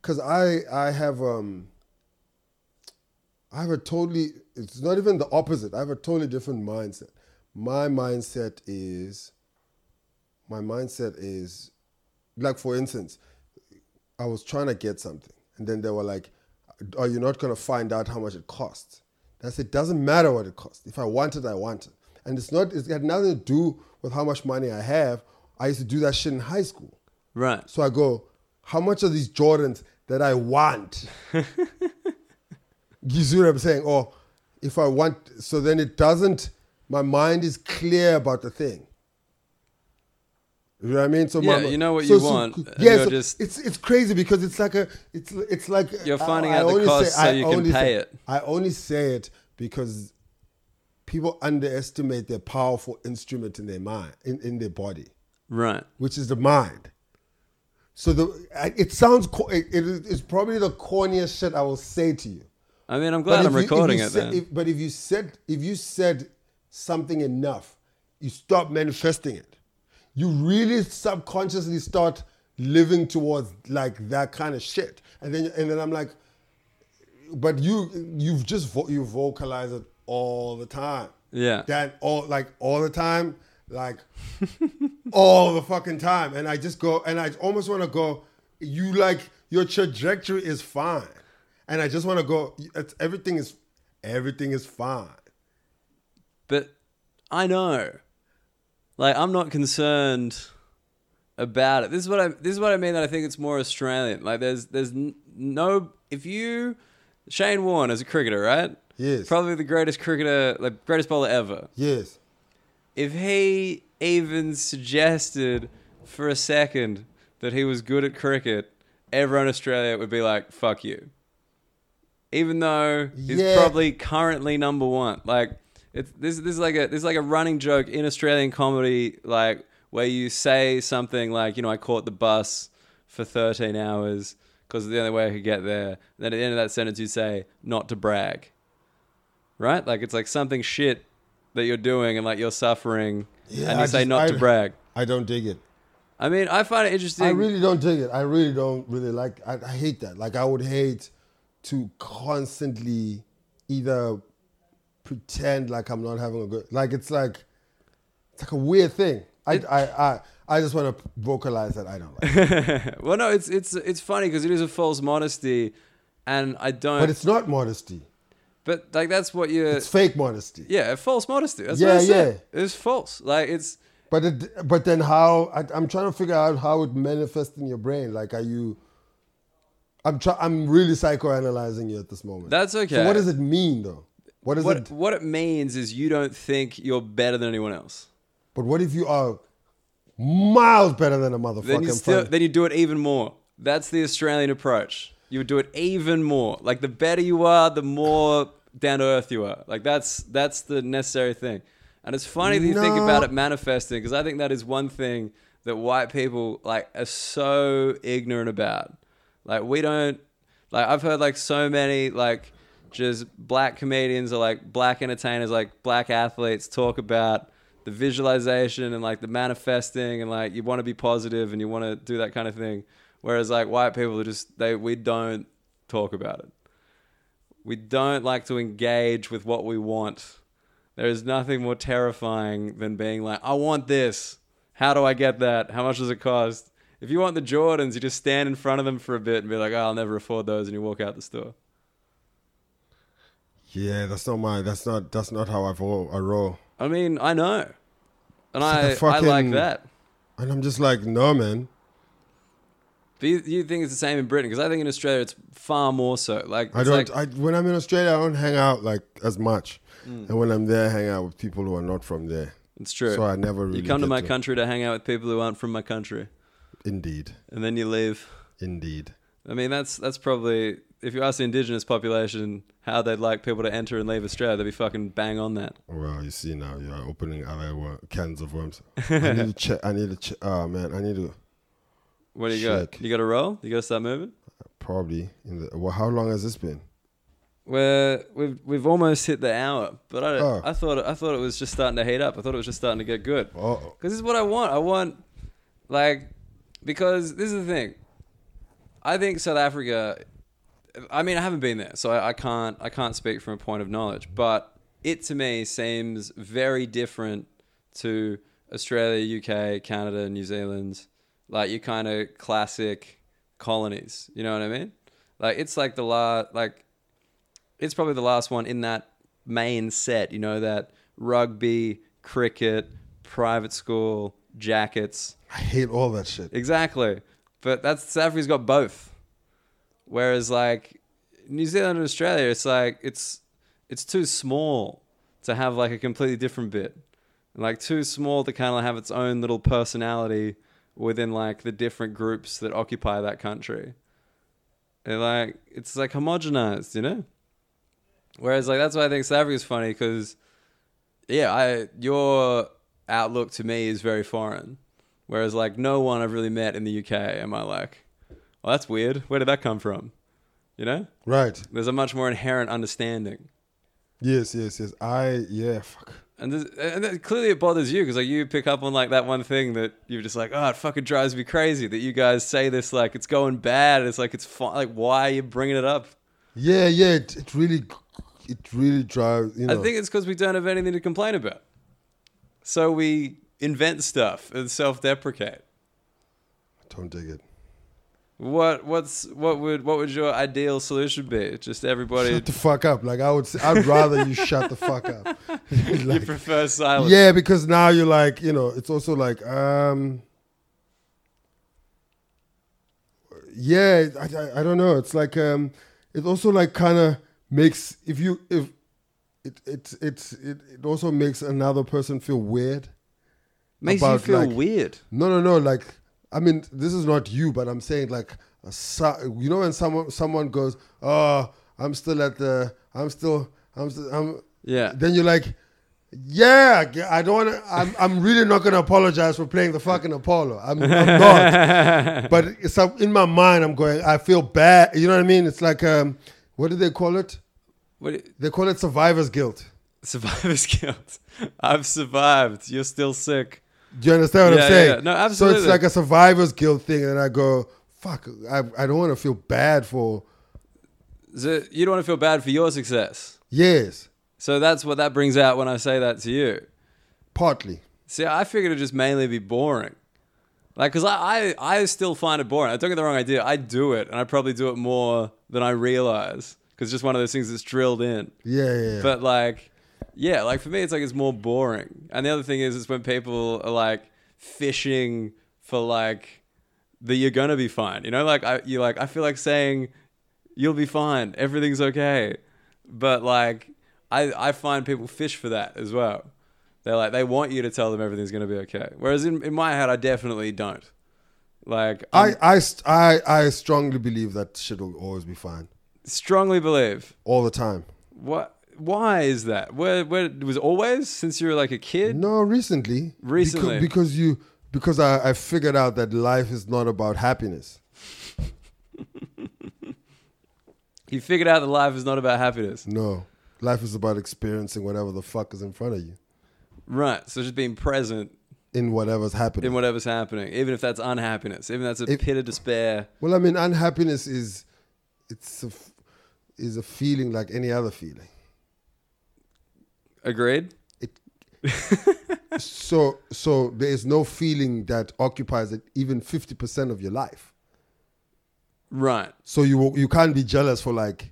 B: because I I have um I have a totally it's not even the opposite. I have a totally different mindset. My mindset is my mindset is like for instance, I was trying to get something, and then they were like, "Are you not going to find out how much it costs?" And I said, "It doesn't matter what it costs. If I want it, I want it." And it's not. It's got nothing to do with how much money I have. I used to do that shit in high school.
A: Right.
B: So I go, "How much are these Jordans that
A: [laughs]
B: I want?" you see what I'm saying? Or if I want, so then it doesn't. My mind is clear about the thing. You know what I mean? So my-
A: Yeah, you know what
B: so-
A: you
B: so-
A: want, and
B: yeah,
A: you're
B: so
A: just-
B: it's it's crazy because it's like a it's it's like
A: You're finding
B: I- I
A: out the
B: only
A: cost so
B: I
A: you can
B: only
A: pay
B: say-
A: it.
B: I only say it because people underestimate their powerful instrument in their mind in, in their body
A: Right.
B: which is the mind. So the I- it sounds co- it, it is it's probably the corniest shit I will say to you.
A: I mean, I'm glad I'm
B: if you- if
A: recording
B: you
A: it then.
B: said- if- but if you said if you said something enough, you stop manifesting it. You really subconsciously start living towards like that kind of shit, and then and then I'm like, but you you've just vo- you vocalize it all the time.
A: Yeah.
B: That all like all the time, like [laughs] all the fucking time. And I just go and I almost want to go, you like your trajectory is fine. And I just want to go, it's, everything is everything is fine.
A: but I know. Like I'm not concerned about it. This is what I this is what I mean that I think it's more Australian. Like there's there's n- no if you Shane Warne is a cricketer, right?
B: Yes.
A: Probably the greatest cricketer, like greatest bowler ever.
B: Yes.
A: If he even suggested for a second that he was good at cricket, everyone in Australia would be like, "Fuck you." Even though he's
B: Yeah.
A: probably currently number one. Like it's this this is like a this is like a running joke in Australian comedy, like where you say something like, you know, I caught the bus for 13 hours because the only way I could get there. Then at the end of that sentence, you say, "Not to brag." Right? Like it's like something shit that you're doing and like you're suffering,
B: Yeah,
A: and you
B: I
A: say
B: just-
A: not
B: I-
A: to brag.
B: I don't dig it.
A: I mean, I find it interesting.
B: I really don't dig it. I really don't really like. I, I hate that. Like I would hate to constantly either pretend like I'm not having a good. Like it's like it's like a weird thing. I I, I I just want to vocalize that I don't like.
A: [laughs]
B: it.
A: well, no, it's it's it's funny because it is a false modesty, and I don't.
B: But
A: But,
B: it's not modesty.
A: like that's what you.
B: It's fake modesty.
A: Yeah, false modesty. That's
B: Yeah,
A: what I said. It's false. Like it's
B: But it, but then how? I, I'm trying to figure out how it manifests in your brain. Like are you? I'm try, I'm really psychoanalyzing you at this moment.
A: That's okay.
B: So what does it mean though? What is it?
A: what what it means is you don't think you're better than anyone else.
B: But what if you are miles better than a
A: Then you
B: motherfucking
A: still,
B: front-
A: then you do it even more. That's the Australian approach. You would do it even more. Like the better you are, the more down to earth you are. Like that's that's the necessary thing. And it's funny that you think
B: No.
A: about it manifesting because I think that is one thing that white people like are so ignorant about. Like we don't like I've heard like so many like just black comedians or like black entertainers, like black athletes talk about the visualization and like the manifesting and like you want to be positive and you want to do that kind of thing. Whereas like white people are just they we don't talk about it. We don't like to engage with what we want. There is nothing more terrifying than being like, I want this. How do I get that? How much does it cost? If you want the Jordans, you just stand in front of them for a bit and be like, oh, I'll never afford those. And you walk out the store.
B: yeah, that's not my. That's not. That's not how I've all, I roll.
A: I mean, I know. And I,
B: It's like a
A: I like
B: fucking-
A: that.
B: And I'm just like, no, man.
A: But you, you think it's the same in Britain? Because I think in Australia it's far more so. Like,
B: I
A: it's
B: don't.
A: like- Mm.
B: I when I'm in Australia, I don't hang out like as much. And when I'm there, I hang out with people who are not from there.
A: it's true.
B: So I never really.
A: you come to
B: get
A: my country to hang out with people who aren't from my country,
B: Indeed,
A: and then you leave.
B: indeed.
A: I mean, that's that's probably if you ask the indigenous population how they'd like people to enter and leave Australia, they'd be fucking bang on that.
B: Well, you see now, you're opening other wor- cans of
A: [laughs]
B: worms. I need to check. I need to check. Oh man, I need to
A: What do you
B: Shit.
A: got? You got to roll? You got to start moving?
B: probably. In the, well, how long has this been?
A: We're, we've we've almost hit the hour, but I
B: Oh.
A: I thought I thought it was just starting to heat up. I thought it was just starting to get good.
B: Oh,
A: Because this is what I want. I want, like, because this is the thing. I think South Africa. I mean, I haven't been there, so I, I can't. I can't speak from a point of knowledge. But it to me seems very different to Australia, UK, Canada, New Zealand, like your kind of classic colonies. You know what I mean? Like it's like the la like it's probably the last one in that main set, you know, that rugby, cricket, private school, jackets.
B: I hate all that shit.
A: Exactly. But that's South Africa's got both. Whereas like New Zealand and Australia, it's like it's it's too small to have like a completely different bit. Like too small to kind of have its own little personality within like the different groups that occupy that country. And like it's like homogenized, you know? Whereas like that's why I think South Africa's funny because yeah, I your outlook to me is very foreign. Whereas like no one I've really met in the UK am I like, well that's weird. Where did that come from? You know?
B: Right.
A: There's a much more inherent understanding.
B: Yes, yes, yes. I yeah. Fuck.
A: And, this, and that, clearly it bothers you because like you pick up on like that one thing that you're just like, oh, it fucking drives me crazy that you guys say this like it's going bad. It's like it's fine. Like why are you bringing it up?
B: Yeah, yeah. It, it really, it really drives. You know.
A: I think it's because we don't have anything to complain about. So we invent stuff and self-deprecate.
B: don't dig it.
A: What what's what would what would your ideal solution be? Just everybody
B: Shut the fuck up. Like I would. Say, I'd rather you shut the fuck up.
A: [laughs] you prefer silence.
B: Yeah, because now you're like, you know, it's also like, um, yeah, I, I, I don't know. It's like, um, it also like kind of makes if you if it it it it, it also makes another person feel weird.
A: Makes you
B: about,
A: feel
B: like-
A: weird.
B: No, no, no. Like, I mean, this is not you, but I'm saying like, a, so- you know, when someone someone goes, oh, I'm still at the, I'm still, I'm still, I'm
A: Yeah.
B: then you're like, yeah, g- I don't want to. I'm, I'm really not going to apologize for playing the fucking Apollo. I'm, I'm not. but it's uh, in my mind, I'm going, I feel bad. You know what I mean? It's like, um, what do they call it?
A: What do you- [laughs]
B: They call it survivor's guilt.
A: survivor's guilt. I've survived. You're still sick.
B: Do you understand what
A: Yeah,
B: I'm
A: yeah,
B: saying?
A: yeah. No,
B: So
A: absolutely.
B: it's like a survivor's guilt thing. And I go, fuck, I, I don't want to feel bad for.
A: So you don't want to feel bad for your success.
B: Yes,
A: So that's what that brings out when I say that to you.
B: partly.
A: See, I figured it'd just mainly be boring. Like, because I, I, I still find it boring. I don't get the wrong idea. I do it, and I probably do it more than I realize. Because it's just one of those things that's drilled in.
B: Yeah, yeah,
A: [laughs]
B: yeah.
A: But like, yeah, like for me, it's like it's more boring. And the other thing is, it's when people are like fishing for like that you're gonna be fine. You know, like I you like I feel like saying you'll be fine, everything's okay. But like I I find people fish for that as well. They're like they want you to tell them everything's gonna be okay. Whereas in, in my head, I definitely don't. Like I
B: I, I, st- I, I strongly believe that shit will always be fine
A: strongly believe
B: all the time.
A: what. Why is that? Where where it was always since you were like a kid?
B: No, recently. Becau-
A: Recently.
B: Because, you because I, I figured out that life is not about happiness.
A: You figured out that life is not about happiness,
B: No. Life is about experiencing whatever the fuck is in front of you.
A: right? So just being present
B: In whatever's happening.
A: in whatever's happening, even if that's unhappiness, even if that's a
B: If-
A: pit of despair.
B: well, I mean unhappiness is it's a, f- is a feeling like any other feeling.
A: Agreed.
B: So so there is no feeling that occupies it even 50% of your life.
A: Right.
B: So you you can't be jealous for like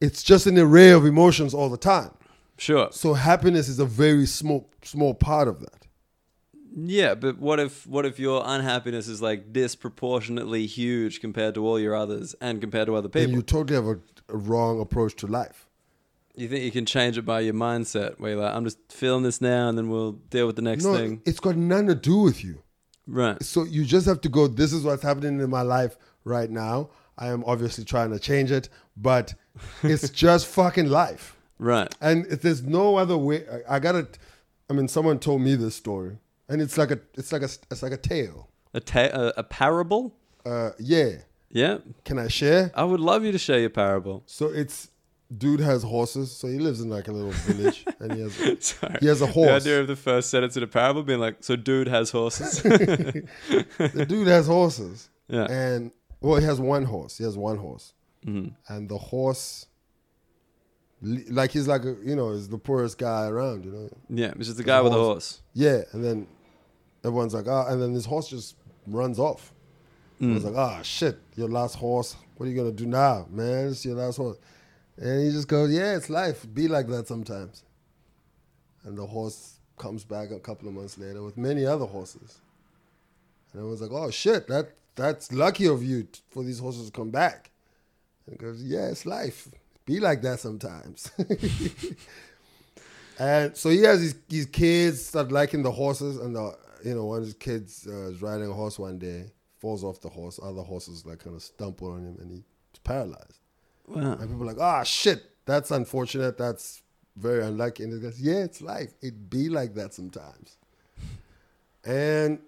B: it's just an array of emotions all the time.
A: Sure.
B: So happiness is a very small small part of that.
A: Yeah, but what if what if your unhappiness is like disproportionately huge compared to all your others and compared to other
B: Then
A: people?
B: you
A: You,
B: totally have a, a wrong approach to life.
A: think you can change it by your mindset, where you're like, I'm just feeling this now, and then we'll deal with the next
B: no,
A: thing.
B: it's got nothing to do with you.
A: Right.
B: So you just have to go. This is what's happening in my life right now. I am obviously trying to change it, but
A: [laughs]
B: it's just fucking life.
A: Right.
B: And if there's no other way. I, I gotta. I mean, someone told me this story, and it's like a it's like a it's like a tale.
A: A ta- a, a parable.
B: Uh, yeah.
A: Yeah.
B: Can I share?
A: I would love you to share your parable.
B: So it's dude has horses. So he lives in like a little village, and he has [laughs]
A: Sorry.
B: he has a
A: The
B: horse.
A: idea of the first sentence in a parable being like, "So dude has horses."
B: the dude has horses.
A: Yeah.
B: And well, he has one horse. He has one horse. And the horse, li- like he's like a, you know, is the poorest guy around. You know.
A: [laughs]
B: [laughs]
A: yeah, it's just the guy with a horse.
B: Yeah. And then everyone's like, ah, and then this horse just runs off. I was like, ah, shit, your last horse. What are you gonna do now, man? It's your last horse. And he just goes, yeah, it's life. Be like that sometimes. And the horse comes back a couple of months later with many other horses. And everyone's like, oh shit, that that's lucky of you t- for these horses to come back. And he goes, yeah, it's life. Be like that sometimes. [laughs] and so he has these, these kids start liking the horses, and the you know one of his kids uh, is riding a horse one day, falls off the horse. Other horses like kind of stumble on him, and he's paralyzed.
A: Wow.
B: And people are like, ah, shit, that's unfortunate. That's very unlucky. And he goes, yeah, it's life. It be like that sometimes. And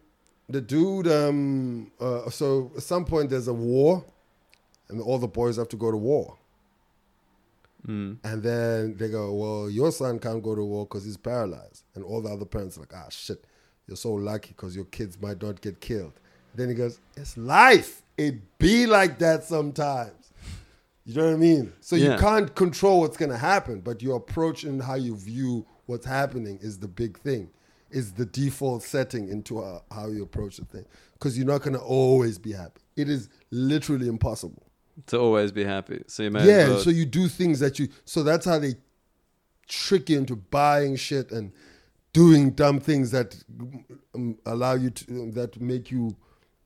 B: the dude, um, uh, so at some point there's a war, and all the boys have to go to war. And then they go, well, your son can't go to war because he's paralyzed. And all the other parents are like, ah, shit, you're so lucky because your kids might not get killed. Then he goes, it's life. It be like that sometimes. You know what I mean? So you
A: Yeah.
B: can't control what's going to happen, but your approach and how you view what's happening is the big thing, is the default setting into uh, how you approach the thing. Because you're not going to always be happy. It is literally impossible.
A: To always be happy. So you may
B: Yeah,
A: as well-
B: so you do things that you. So that's how they trick you into buying shit and doing dumb things that um, allow you to that make you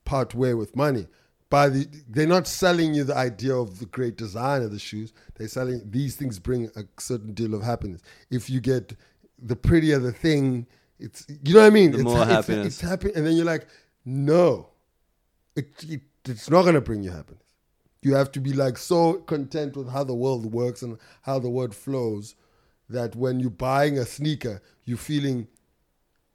B: part way with money. By the, they're not selling you the idea of the great design of the shoes. They're selling these things bring a certain deal of happiness. If you get the prettier the thing, it's you know what I mean.
A: The
B: it's,
A: more
B: it's-
A: happiness.
B: It's, happy, and then you're like, no, it, it it's not gonna bring you happiness. You have to be like so content with how the world works and how the world flows that when you're buying a sneaker, you're feeling,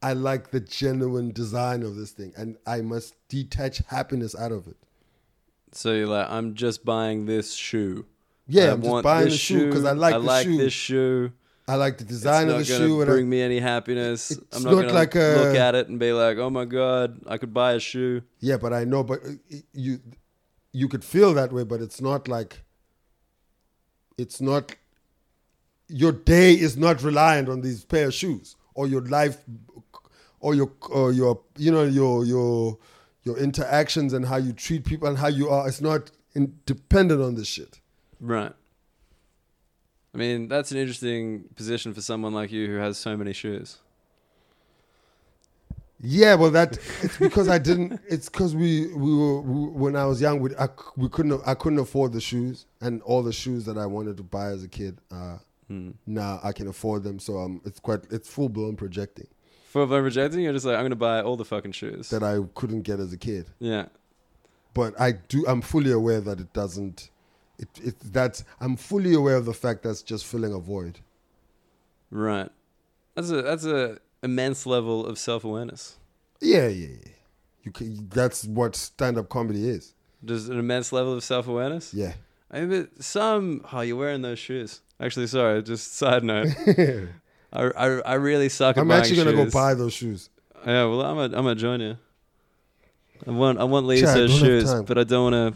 B: I like the genuine design of this thing and I must detach happiness out of it.
A: So you're like, I'm just buying this shoe.
B: Yeah,
A: I
B: I'm just
A: want
B: buying
A: this
B: the shoe 'cause I like
A: I
B: the
A: like
B: shoe.
A: this shoe.
B: I like the
A: It's not
B: design of
A: gonna
B: the shoe. And
A: bring
B: I,
A: me any happiness.
B: It's
A: I'm not,
B: not
A: gonna
B: like a-
A: look at it and be like, oh my god, I could buy a shoe.
B: yeah, but I know, but uh, you, you could feel that way, but it's not like, it's not, your day is not reliant on these pair of shoes or your life or your, or your, you know, your, your, your interactions and how you treat people and how you are. It's not in, dependent on this shit.
A: Right. I mean, that's an interesting position for someone like you who has so many shoes.
B: Yeah, well, that it's because I didn't. It's because we we were we, when I was young. We I, c- we couldn't I couldn't afford the shoes and all the shoes that I wanted to buy as a kid. Uh, Now I can afford them, so um, it's quite it's full blown projecting
A: For blown rejecting, you're just like, I'm gonna buy all the fucking shoes.
B: that I couldn't get as a kid.
A: yeah.
B: But I do I'm fully aware that it doesn't. It, it that's I'm fully aware of the fact that's just filling a void.
A: Right. That's a that's a immense level of self awareness.
B: Yeah, yeah, yeah. You can, that's what stand up comedy is.
A: Just an immense level of self awareness.
B: Yeah.
A: I mean, but some oh, you're wearing those shoes. Actually, sorry, just [laughs] side
B: [laughs]
A: note. I, I, I really suck at
B: I'm
A: buying
B: actually gonna
A: shoes.
B: go buy those shoes.
A: Yeah, well, I'm a, I'm a join you. I want I want
B: Chad,
A: Lisa's
B: don't have
A: shoes,
B: time.
A: but I don't want to.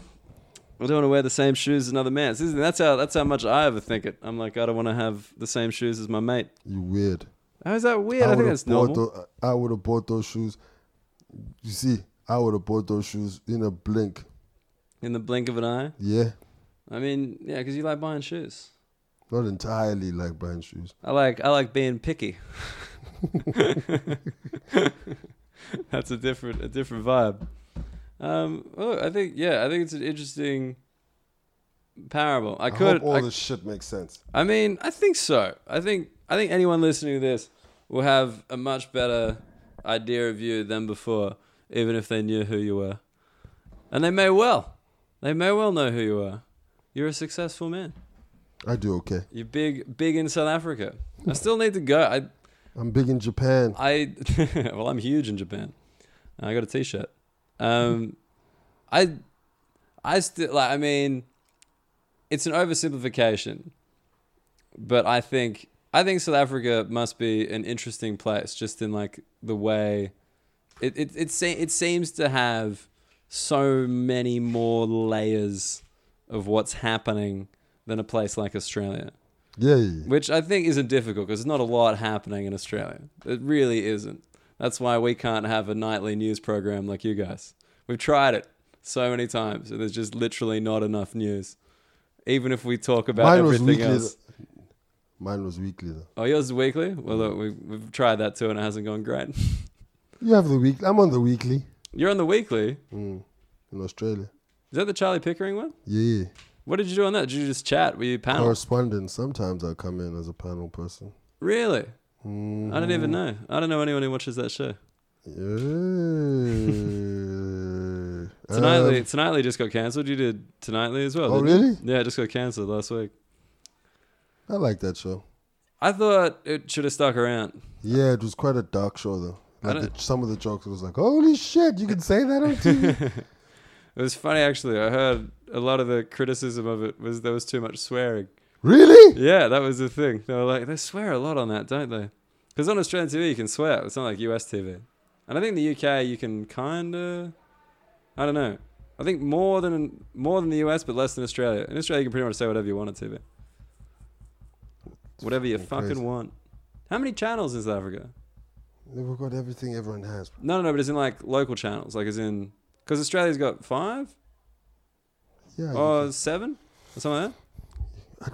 A: I don't want to wear the same shoes as another man. See, That's how that's how much I overthink it. I'm like, I don't want to have the same shoes as my mate.
B: You weird.
A: How is that weird? I, think
B: would've
A: that's
B: bought
A: normal.
B: tho- I would have bought those shoes. You see, I would have bought those shoes in a blink.
A: In the blink of an eye.
B: Yeah,
A: I mean, yeah, because you like buying shoes.
B: not entirely like buying shoes.
A: I like I like being picky. [laughs] That's a different a different vibe. Um, oh, I think yeah, I think it's an interesting parable. I
B: I,
A: could
B: hope all
A: I,
B: this shit makes sense.
A: I mean, I think so. I think I think anyone listening to this will have a much better idea of you than before, even if they knew who you were. And they may well. They may well know who you are. You're a successful man.
B: I do okay.
A: You're big big in South Africa. I still need to go. I
B: I'm big in Japan.
A: I [laughs] well, I'm huge in Japan. I got a T-shirt. Um, I I still like. I mean, it's an oversimplification, but I think I think South Africa must be an interesting place, just in like the way it it it, se- it seems to have so many more layers of what's happening than a place like Australia
B: Yeah, yeah, yeah.
A: which I think isn't difficult because there's not a lot happening in Australia. It really isn't. That's why we can't have a nightly news program like you guys. We've tried it so many times, and there's just literally not enough news. Even if we talk about
B: Mine was
A: everything
B: weekly.
A: else.
B: though. Mine was weekly. Though.
A: Oh, yours is weekly? Well, look, we've, we've tried that too, and it hasn't gone great. [laughs]
B: You have the week. I'm on the weekly
A: You're on the weekly. Is
B: in Australia.
A: that the Charlie Pickering one?
B: Yeah,
A: What did you do on that? Did you just chat? Were you panel?
B: correspondent. Sometimes I come in as a panel person.
A: Really?
B: Mm.
A: I don't even know. I don't know anyone who watches that show. [laughs]
B: Yeah.
A: Tonightly,
B: Um,
A: Tonightly just got cancelled. You did Tonightly as well.
B: oh,
A: didn't you?
B: really?
A: Yeah, it just got cancelled last week.
B: I like that show.
A: I thought it should have stuck around.
B: Yeah, it was quite a dark show though.
A: I
B: Like the, some of the jokes it was like, "Holy shit, you can say that
A: [laughs]
B: on TV."
A: It was funny actually. I heard a lot of the criticism of it was there was too much swearing.
B: really?
A: Yeah, that was the thing. They were like, they swear a lot on that, don't they? Because on Australian TV you can swear. It's not like US TV. And I think the UK you can kind of, I don't know. I think more than more than the US, but less than Australia. In Australia you can pretty much say whatever you want on TV. Whatever you
B: fucking
A: fucking
B: crazy.
A: want. How many channels in South Africa?
B: They've got everything everyone has.
A: No, no, no, but it's in like local channels, like as in because Australia's got five
B: Yeah, you
A: or seven or something like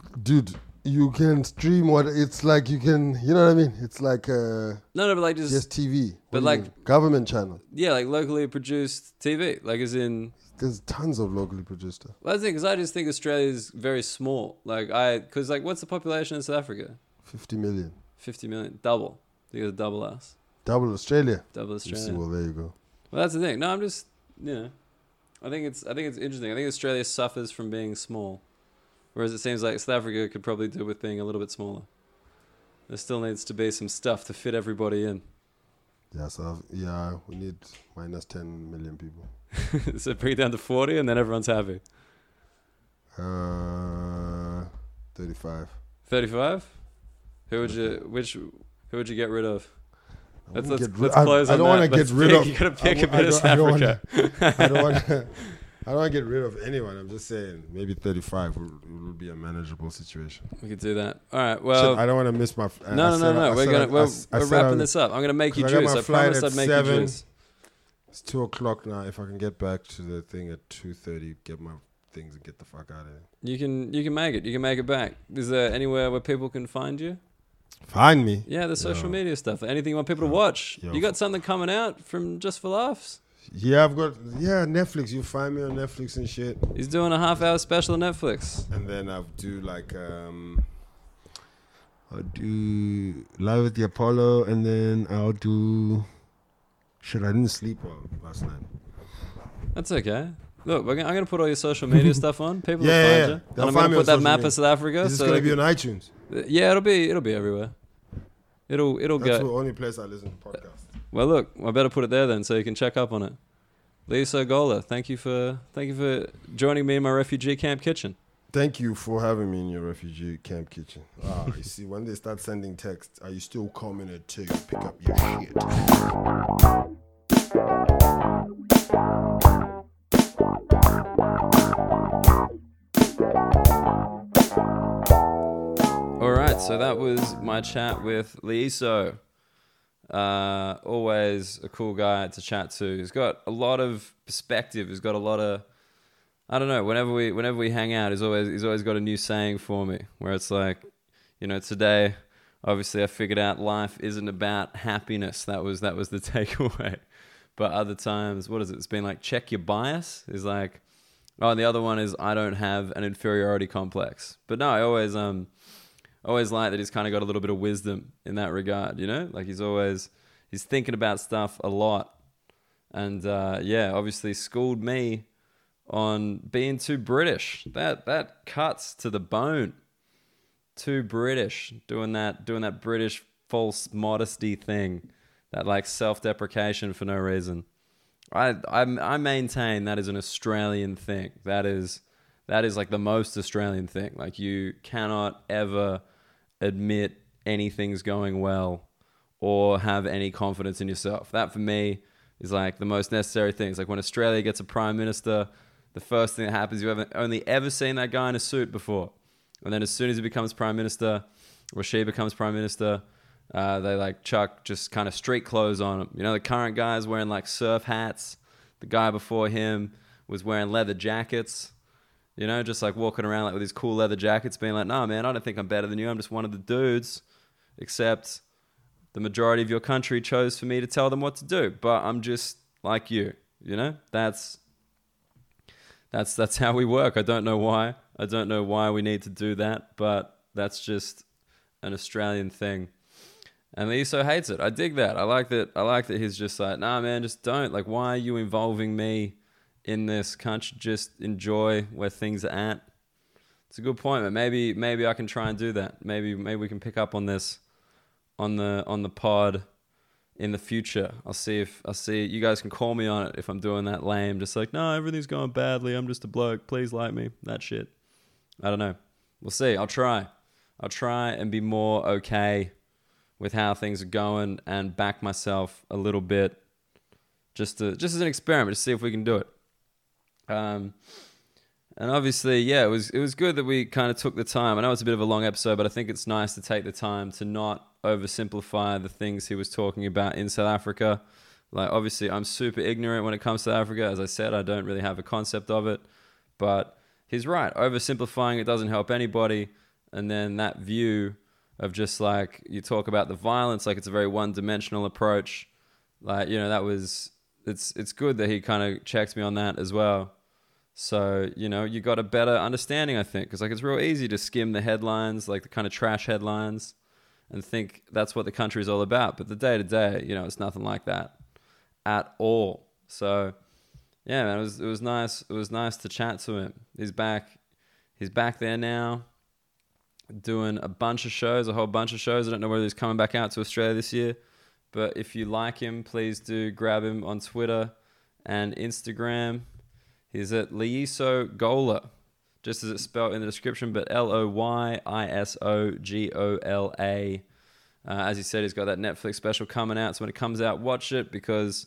A: that.
B: can- dude, you can stream what it's like. You can, you know what I mean? It's like uh,
A: No, no, but like just
B: yes, TV, What
A: but
B: do you
A: like-
B: mean? government channel.
A: yeah, like locally produced TV, like as in.
B: There's tons of locally produced stuff.
A: Well, that's the thing, because I just think Australia's very small. Like I, because like what's the population in South Africa?
B: Fifty million,
A: Fifty million, double. You got double us,
B: double Australia.
A: double
B: You see,
A: Australia.
B: well, there you go.
A: Well, that's the thing. No, I'm just you know, I think it's I think it's interesting. I think Australia suffers from being small, whereas it seems like South Africa could probably do with being a little bit smaller. There still needs to be some stuff to fit everybody in.
B: Yeah, so I've, yeah, we need minus ten million people.
A: [laughs] so bring it down to forty, and then everyone's happy.
B: Uh, thirty-five.
A: Thirty-five. Who would you which who would you get rid of?
B: I
A: Let's
B: wouldn't
A: let's,
B: get ri-
A: let's
B: I-
A: close.
B: I,
A: on
B: don't
A: that.
B: want to
A: Let's
B: get rid
A: pick-
B: of.
A: You gotta
B: I
A: pick a
B: w- I
A: bit of South
B: don't- I don't wanna-
A: Africa.
B: I don't
A: [laughs]
B: want to. I don't want to get rid of anyone. I'm just saying, maybe 35 will, will be a manageable situation.
A: We could do that. All right.
B: Shit,
A: Well,
B: I don't want to miss my. f- I- I
A: no, no,
B: said
A: no,
B: I-
A: no.
B: I
A: We're
B: said
A: gonna
B: I-
A: we're,
B: I s- I
A: we're
B: said I-
A: wrapping this up. I'm gonna make you
B: Cause I got
A: juice.
B: my
A: I
B: flight
A: promised
B: at
A: I'd make you
B: seven.
A: juice.
B: It's two o'clock now. If I can get back to the thing at 2:30, get my things and get the fuck out of here.
A: You can you can make it. You can make it back. Is there anywhere where people can find you?
B: Find me.
A: Yeah, the social
B: Yo.
A: media stuff. Anything you want people to watch?
B: Yo.
A: You got something coming out from Just for Laughs?
B: Yeah, I've got. Yeah, Netflix. You find me on Netflix and shit.
A: He's doing a half hour special on Netflix.
B: And then I'll do like um, I'll do Live at the Apollo, and then I'll do. Shit, I didn't sleep well last night.
A: That's okay. Look, we're gonna, I'm going to put all your social
B: [laughs]
A: media stuff on. People will
B: Yeah, yeah,
A: find
B: yeah.
A: you.
B: They'll
A: And I'm going
B: find
A: to
B: me on
A: put that
B: social
A: map
B: media.
A: of South Africa.
B: This is
A: so they
B: gonna be on iTunes.
A: can- yeah, it'll be it'll be everywhere. It'll it'll
B: That's
A: go.
B: the only place I listen to podcasts.
A: Well, look, I better put it there then, so you can check up on it. Lisa Gola, thank you for thank you for joining me in my refugee camp kitchen.
B: Thank you for having me in your refugee camp kitchen. Ah, you see, when they start sending texts, are you still coming to text? Pick up your shit.
A: All right, so that was my chat with Liso. Uh, always a cool guy to chat to. He's got a lot of perspective. He's got a lot of, I don't know. Whenever we whenever we hang out, he's always he's always got a new saying for me. Where it's like, you know, today, obviously, I figured out life isn't about happiness. That was that was the [laughs] takeaway. But other times, what is it? It's been like check your bias. Is like, oh, and the other one is I don't have an inferiority complex. But no, I always um always like that he's kind of got a little bit of wisdom in that regard, you know? Like he's always he's thinking about stuff a lot. And uh, yeah, obviously schooled me on being too British. That that cuts to the bone. Too British, doing that doing that British false modesty thing, that like self-deprecation for no reason. I I, I maintain that is an Australian thing. That is that is like the most Australian thing. Like you cannot ever admit anything's going well or have any confidence in yourself. That for me is like the most necessary thing. It's like when Australia gets a prime minister, the first thing that happens you haven't only ever seen that guy in a suit before. And then as soon as he becomes prime minister, or she becomes prime minister, uh, they like chuck just kind of street clothes on him. You know, the current guy is wearing like surf hats. The guy before him was wearing leather jackets. You know, just like walking around like with these cool leather jackets, being like, "No, man, I don't think I'm better than you. I'm just one of the dudes." Except the majority of your country chose for me to tell them what to do, but I'm just like you. You know, that's that's that's how we work. I don't know why. I don't know why we need to do that, but that's just an Australian thing. And Liso hates it. I dig that. I like that. I like that he's just like, nah, man, just don't. Like, why are you involving me in this? Can't you just enjoy where things are at? It's a good point, but maybe maybe I can try and do that. Maybe maybe we can pick up on this on the on the pod in the future. I'll see if I'll see you guys can call me on it if I'm doing that lame, just like, no, everything's going badly. I'm just a bloke. Please like me. That shit. I don't know. We'll see. I'll try. I'll try and be more okay with how things are going and back myself a little bit just to just as an experiment to see if we can do it. Um and obviously, yeah, it was it was good that we kind of took the time. I know it's a bit of a long episode, but I think it's nice to take the time to not oversimplify the things he was talking about in South Africa. Like obviously, I'm super ignorant when it comes to South Africa. As I said, I don't really have a concept of it. But he's right. Oversimplifying it doesn't help anybody. And then that view of just like you talk about the violence, like it's a very one-dimensional approach. Like you know, that was it's it's good that he kind of checked me on that as well. So, you know, you got a better understanding, I think, because like it's real easy to skim the headlines, like the kind of trash headlines, and think that's what the country is all about. But the day to day, you know, it's nothing like that at all. So, yeah, man, it was it was nice. It was nice to chat to him. He's back. He's back there now, doing a bunch of shows, a whole bunch of shows. I don't know whether he's coming back out to Australia this year, but if you like him, please do grab him on Twitter and Instagram. He's at Leiso Gola, just as it's spelled in the description, but L O Y I S O G O L A. Uh, as he said, he's got that Netflix special coming out. So when it comes out, watch it because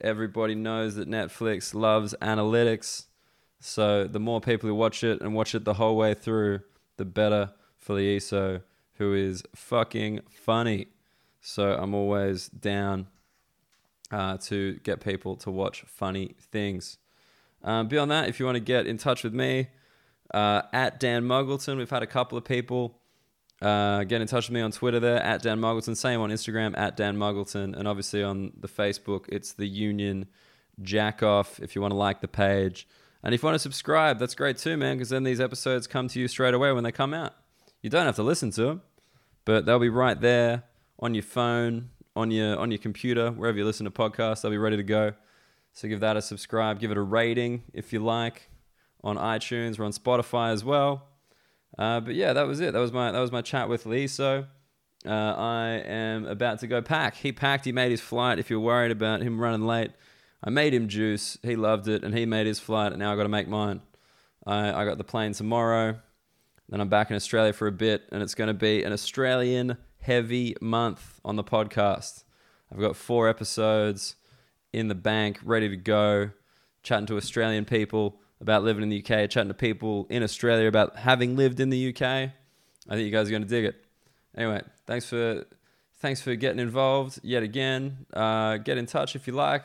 A: everybody knows that Netflix loves analytics. So the more people who watch it and watch it the whole way through, the better for Leiso, who is fucking funny. So I'm always down uh, to get people to watch funny things. Um, beyond that, if you want to get in touch with me, uh, at Dan Muggleton, we've had a couple of people uh, get in touch with me on Twitter there, at Dan Muggleton, same on Instagram, at Dan Muggleton, and obviously on the Facebook, it's the Union Jack Off if you want to like the page. And if you want to subscribe, that's great too, man, because then these episodes come to you straight away when they come out. You don't have to listen to them, But they'll be right there on your phone, on your on your computer, wherever you listen to podcasts. They'll be ready to go. So give that a subscribe, give it a rating if you like on iTunes. We're on Spotify as well. Uh, but yeah, that was it. That was my that was my chat with Lee. So uh, I am about to go pack. He packed. He made his flight. If you're worried about him running late, I made him juice. He loved it, and he made his flight. And now I got to make mine. I, I got the plane tomorrow. Then I'm back in Australia for a bit, and it's going to be an Australian heavy month on the podcast. I've got four episodes in the bank, ready to go, chatting to Australian people about living in the UK, chatting to people in Australia about having lived in the UK. I think you guys are going to dig it. Anyway, thanks for thanks for getting involved yet again. Uh, get in touch if you like.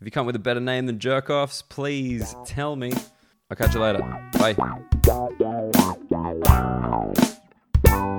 A: If you come with a better name than Jerkoffs, please tell me. I'll catch you later. Bye.
C: Wow.